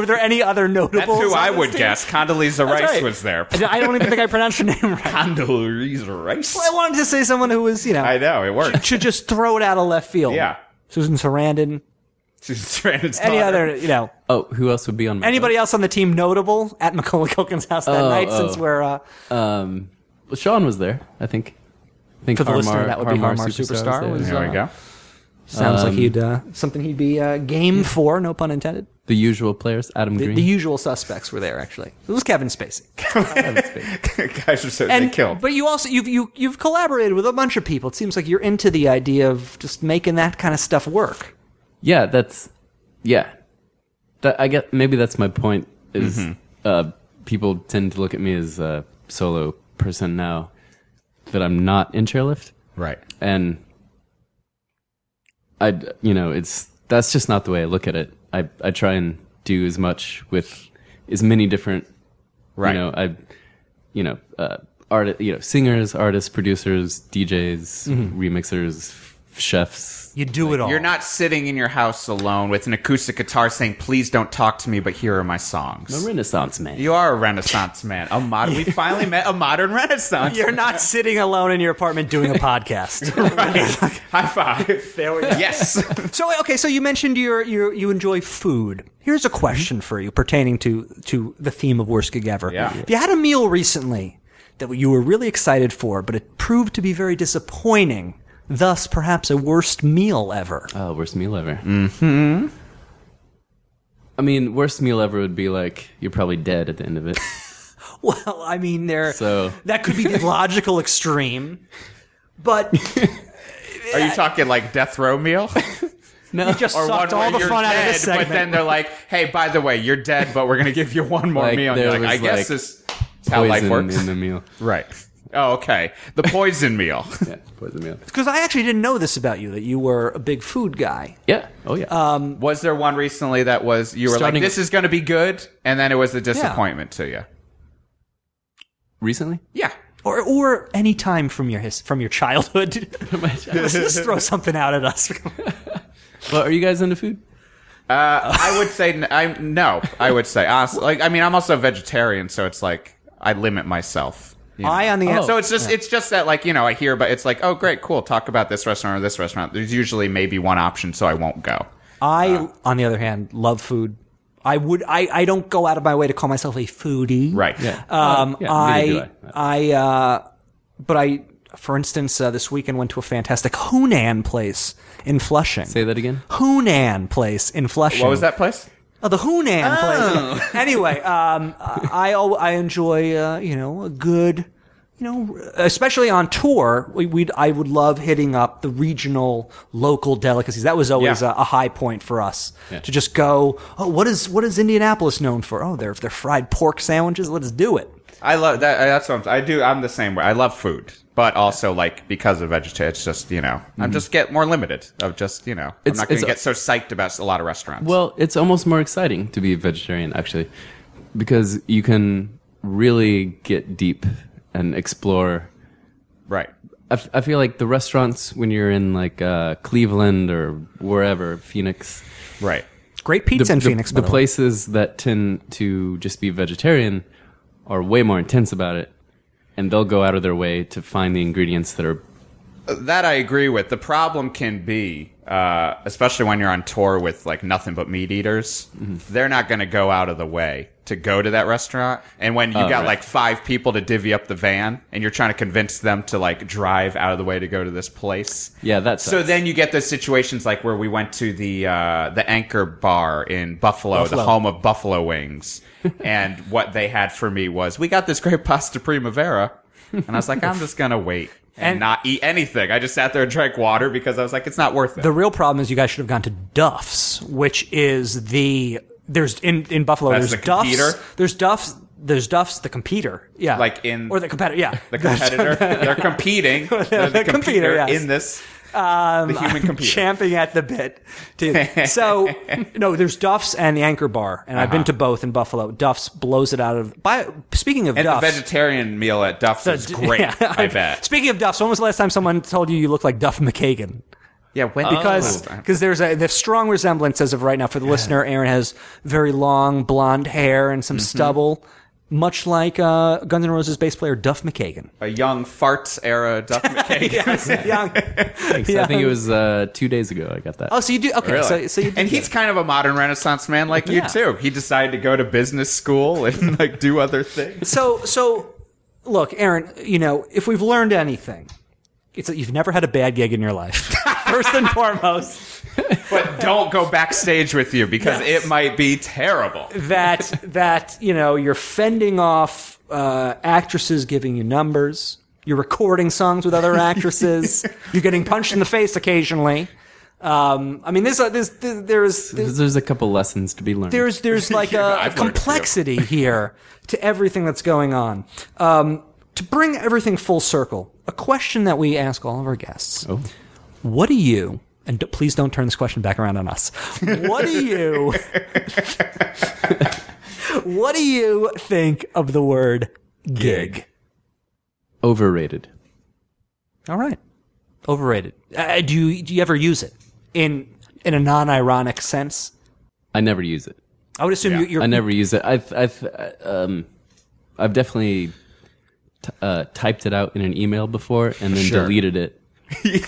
Speaker 2: there any other notables?
Speaker 3: That's who
Speaker 2: on
Speaker 3: I
Speaker 2: this
Speaker 3: would
Speaker 2: team?
Speaker 3: guess. Condoleezza
Speaker 2: That's
Speaker 3: Rice
Speaker 2: right.
Speaker 3: was there.
Speaker 2: I I don't even think I pronounced her name right.
Speaker 3: Condoleezza Rice.
Speaker 2: I wanted to say someone who was you know
Speaker 3: I know it worked.
Speaker 2: should just throw it out of left field.
Speaker 3: Yeah.
Speaker 2: Susan Sarandon,
Speaker 3: She's Brandon's
Speaker 2: any
Speaker 3: daughter.
Speaker 2: other you know
Speaker 4: Oh, who else would be on? My
Speaker 2: anybody else on the team notable at McCullough Culkin's house that
Speaker 4: Oh,
Speaker 2: night?
Speaker 4: oh.
Speaker 2: Since we're uh,
Speaker 4: Um, well, Sean was there, I think. I think
Speaker 2: For the
Speaker 4: Harmar- uh,
Speaker 2: listener, that would be Harmar Superstar
Speaker 4: there.
Speaker 2: was, uh,
Speaker 3: There we go.
Speaker 2: sounds like
Speaker 4: Um,
Speaker 2: he'd uh, something he'd be uh, game for, no pun intended.
Speaker 4: the usual players, Adam
Speaker 2: The,
Speaker 4: Green.
Speaker 2: the usual suspects were there actually. It was Kevin Spacey.
Speaker 3: guys are so they killed.
Speaker 2: But you also you've you, you've collaborated with a bunch of people. It seems like you're into the idea of just making that kind of stuff work.
Speaker 4: yeah, that's yeah. That, I get maybe that's my point. Is
Speaker 2: Mm-hmm.
Speaker 4: uh, people tend to look at me as a solo person now that I'm not in chairlift,
Speaker 3: right.
Speaker 4: and I you know it's that's just not the way I look at it. I I try and do as much with as many different
Speaker 3: Right.
Speaker 4: You know, I, you know, uh, art, you know, singers, artists, producers, DJs, remixers, chefs.
Speaker 2: You do it all.
Speaker 3: You're not sitting in your house alone with an acoustic guitar saying, "Please don't talk to me, but here are my songs."
Speaker 4: A renaissance man.
Speaker 3: you are a Renaissance man. A mod- we finally met a modern Renaissance.
Speaker 2: You're not sitting alone in your apartment doing a podcast.
Speaker 3: High five.
Speaker 2: there we go.
Speaker 3: Yes.
Speaker 2: So okay, so you mentioned you you you enjoy food. Here's
Speaker 3: Mm-hmm.
Speaker 2: a question for you pertaining to to the theme of worst gig ever.
Speaker 3: Yeah.
Speaker 2: If you had a meal recently that you were really excited for, but it proved to be very disappointing, thus perhaps a worst meal ever.
Speaker 4: Oh, worst meal ever. Mm-hmm. I mean, worst meal ever would be like you're probably dead at the end of it.
Speaker 2: Well, I mean, there
Speaker 4: So-
Speaker 2: that could be the logical extreme, but you
Speaker 3: Are you talking like death row meal?
Speaker 4: No,
Speaker 2: just
Speaker 3: Or
Speaker 2: sucked
Speaker 3: one
Speaker 2: all
Speaker 3: where
Speaker 2: the
Speaker 3: you're
Speaker 2: fun out of this
Speaker 3: dead,
Speaker 2: segment.
Speaker 3: But then they're like, "Hey, by the way, you're dead, but we're gonna give you one more
Speaker 4: Like,
Speaker 3: meal." And you're
Speaker 4: there
Speaker 3: like,
Speaker 4: was,
Speaker 3: I guess
Speaker 4: like,
Speaker 3: this is how life
Speaker 4: Poison
Speaker 3: works.
Speaker 4: in the meal.
Speaker 3: right. Oh, okay. The poison meal.
Speaker 4: Yeah, poison meal.
Speaker 2: because I actually didn't know this about you that you were a big food guy.
Speaker 4: Yeah. Oh yeah.
Speaker 3: was there one recently that was you were
Speaker 4: Starting-
Speaker 3: like, "This is gonna be good," and then it was a disappointment to you?
Speaker 4: Recently.
Speaker 3: Yeah.
Speaker 2: or or any time from your his, from your childhood. Let's just throw something out at us.
Speaker 4: Well, are you guys into food?
Speaker 3: Uh, I would say n- I no. I would say honestly, like I mean, I'm also a vegetarian, so it's like I limit myself. you know?
Speaker 2: I on the
Speaker 4: Oh.
Speaker 2: end.
Speaker 3: so it's just it's just that like you know I hear, but it's like oh great, cool. Talk about this restaurant or this restaurant. There's usually maybe one option, so I won't go.
Speaker 2: I
Speaker 4: Uh.
Speaker 2: on the other hand love food. I would I, I don't go out of my way to call myself a foodie.
Speaker 3: Right.
Speaker 2: Um,
Speaker 4: Yeah, neither
Speaker 2: I,
Speaker 4: do
Speaker 2: I, uh, but I, for instance, uh, this weekend went to a fantastic Hunan place in Flushing.
Speaker 4: Say that again.
Speaker 2: Hunan place in Flushing.
Speaker 3: What was that place?
Speaker 2: Oh, the Hunan
Speaker 4: Oh.
Speaker 2: place. anyway, um, I al- I enjoy uh, you know a good you know especially on tour we we'd, I would love hitting up the regional local delicacies. That was always
Speaker 3: Yeah.
Speaker 2: a, a high point for us to just go. Oh, what is what is Indianapolis known for? Oh, their their fried pork sandwiches. Let's do it.
Speaker 3: I love that. uh, That's what I'm, I do. I'm the same way. I love food, but also like because of vegetarian, it's just you know I'm just get more limited of just you know
Speaker 4: Mm-hmm. It's-
Speaker 3: I'm not going
Speaker 4: it's-
Speaker 3: to get so psyched about a lot of restaurants.
Speaker 4: Well, it's almost more exciting to be a vegetarian, actually, because you can really get deep and explore.
Speaker 3: right.
Speaker 4: I, f- I feel like the restaurants when you're in like uh, Cleveland or wherever, Phoenix,
Speaker 3: Right.
Speaker 2: Great pizza in Phoenix. by
Speaker 4: the
Speaker 2: the way.
Speaker 4: places that tend to just be vegetarian are way more intense about it, and they'll go out of their way to find the ingredients that are
Speaker 3: that I agree with. The problem can be, uh, especially when you're on tour with like nothing but meat eaters,
Speaker 4: Mm-hmm.
Speaker 3: they're not going to go out of the way to go to that restaurant. And when you got
Speaker 4: Oh, right.
Speaker 3: like five people to divvy up the van, and you're trying to convince them to like drive out of the way to go to this place,
Speaker 4: Yeah, that
Speaker 3: so
Speaker 4: sucks.
Speaker 3: then you get those situations like where we went to the uh, the Anchor Bar in Buffalo, the home of Buffalo Wings, and what they had for me was we got this great pasta primavera, and I was like, I'm just gonna wait and,
Speaker 2: And-
Speaker 3: not eat anything. I just sat there and drank water because I was like, it's not worth it.
Speaker 2: The real problem is you guys should have gone to Duff's, which is the there's in in Buffalo.
Speaker 3: That's
Speaker 2: there's
Speaker 3: the
Speaker 2: Duff's.
Speaker 3: competer?
Speaker 2: There's Duff's. There's Duff's the competer. Yeah,
Speaker 3: Like in-
Speaker 2: or the competitor. Yeah,
Speaker 3: the competitor, they're competing. They're the,
Speaker 2: The
Speaker 3: competer,
Speaker 2: competer, yes.
Speaker 3: in this. the human computer.
Speaker 2: Um, champing at the bit. Dude. So no, there's Duff's and the Anchor Bar, and
Speaker 3: Uh-huh.
Speaker 2: I've been to both in Buffalo. Duff's blows it out of. By speaking of
Speaker 3: and the
Speaker 2: Duff's,
Speaker 3: vegetarian meal at Duff's is
Speaker 2: d-
Speaker 3: great.
Speaker 2: yeah.
Speaker 3: I bet.
Speaker 2: Speaking of Duff's, when was the last time someone told you you look like Duff McKagan?
Speaker 3: Yeah, when
Speaker 2: because
Speaker 3: Oh.
Speaker 2: because there's a there's strong resemblance as of right now for the listener. Aaron has very long blonde hair and some stubble, much like uh, Guns N' Roses bass player Duff McKagan.
Speaker 3: a young farts era Duff McKagan.
Speaker 2: yeah.
Speaker 4: Thanks. I think it was uh, two days ago I got that.
Speaker 2: Oh, so you do okay. So, so you do
Speaker 3: and he's kind of a modern Renaissance man like you
Speaker 2: Yeah.
Speaker 3: too. He decided to go to business school and like do other things.
Speaker 2: so so. Look, Aaron. You know, if we've learned anything, it's that you've never had a bad gig in your life. First and foremost.
Speaker 3: But don't go backstage with you because it might be terrible.
Speaker 2: that that you know you're fending off uh, actresses giving you numbers. You're recording songs with other actresses. you're getting punched in the face occasionally. Um, I mean, there's a, there's there's there's
Speaker 4: There's, there's a couple lessons to be learned.
Speaker 2: there's, there's like a, a
Speaker 3: I've learned a few.
Speaker 2: complexity here to everything that's going on. Um, to bring everything full circle, a question that we ask all of our guests:
Speaker 4: Oh.
Speaker 2: What do you? And d- please don't turn this question back around on us. What do you? what do you think of the word gig?
Speaker 4: Overrated.
Speaker 2: All right, overrated. Uh, do you do you ever use it in in a non-ironic sense?
Speaker 4: I never use it.
Speaker 2: I would assume you, you're
Speaker 4: I never use it. I've I've uh, um, I've definitely t- uh, typed it out in an email before and then
Speaker 3: Sure.
Speaker 4: deleted it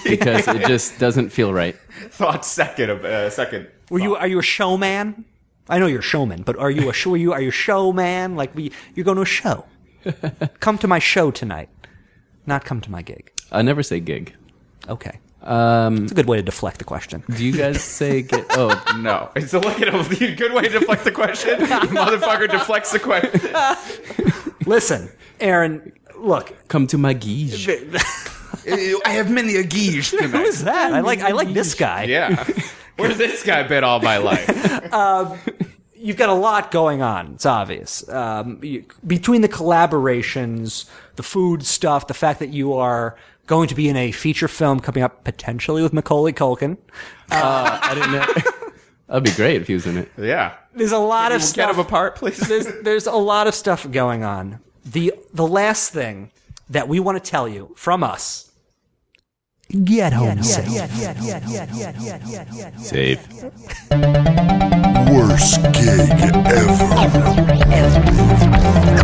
Speaker 4: because it just doesn't feel right.
Speaker 3: Thought second of uh, second.
Speaker 2: Were you are you a showman? I know you're a showman, but are you a show? Are you are you a showman? Like we, you're going to a show. come to my show tonight, not come to my gig.
Speaker 4: I never say gig.
Speaker 2: Okay, um, it's a good way to deflect the question.
Speaker 4: Do you guys say gig? Oh,
Speaker 3: No, it's a look at a good way to deflect the question. Motherfucker deflects the question.
Speaker 2: Listen, Aaron, look,
Speaker 4: come to my gige.
Speaker 3: I have many a geesh
Speaker 2: who's
Speaker 3: tonight.
Speaker 2: that? I like I like this guy.
Speaker 3: Yeah, where's this guy been all my life?
Speaker 2: you've got a lot going on. It's obvious. Um, you, between the collaborations, the food stuff, the fact that you are going to be in a feature film coming up potentially with Macaulay Culkin.
Speaker 4: I didn't know. That'd be great if he was in it.
Speaker 3: Yeah,
Speaker 2: There's a lot of
Speaker 3: get
Speaker 2: stuff.
Speaker 3: him apart, please.
Speaker 2: there's there's a lot of stuff going on. The the last thing that we want to tell you from us. Get home. safe.
Speaker 4: Safe.
Speaker 1: Worst gig ever.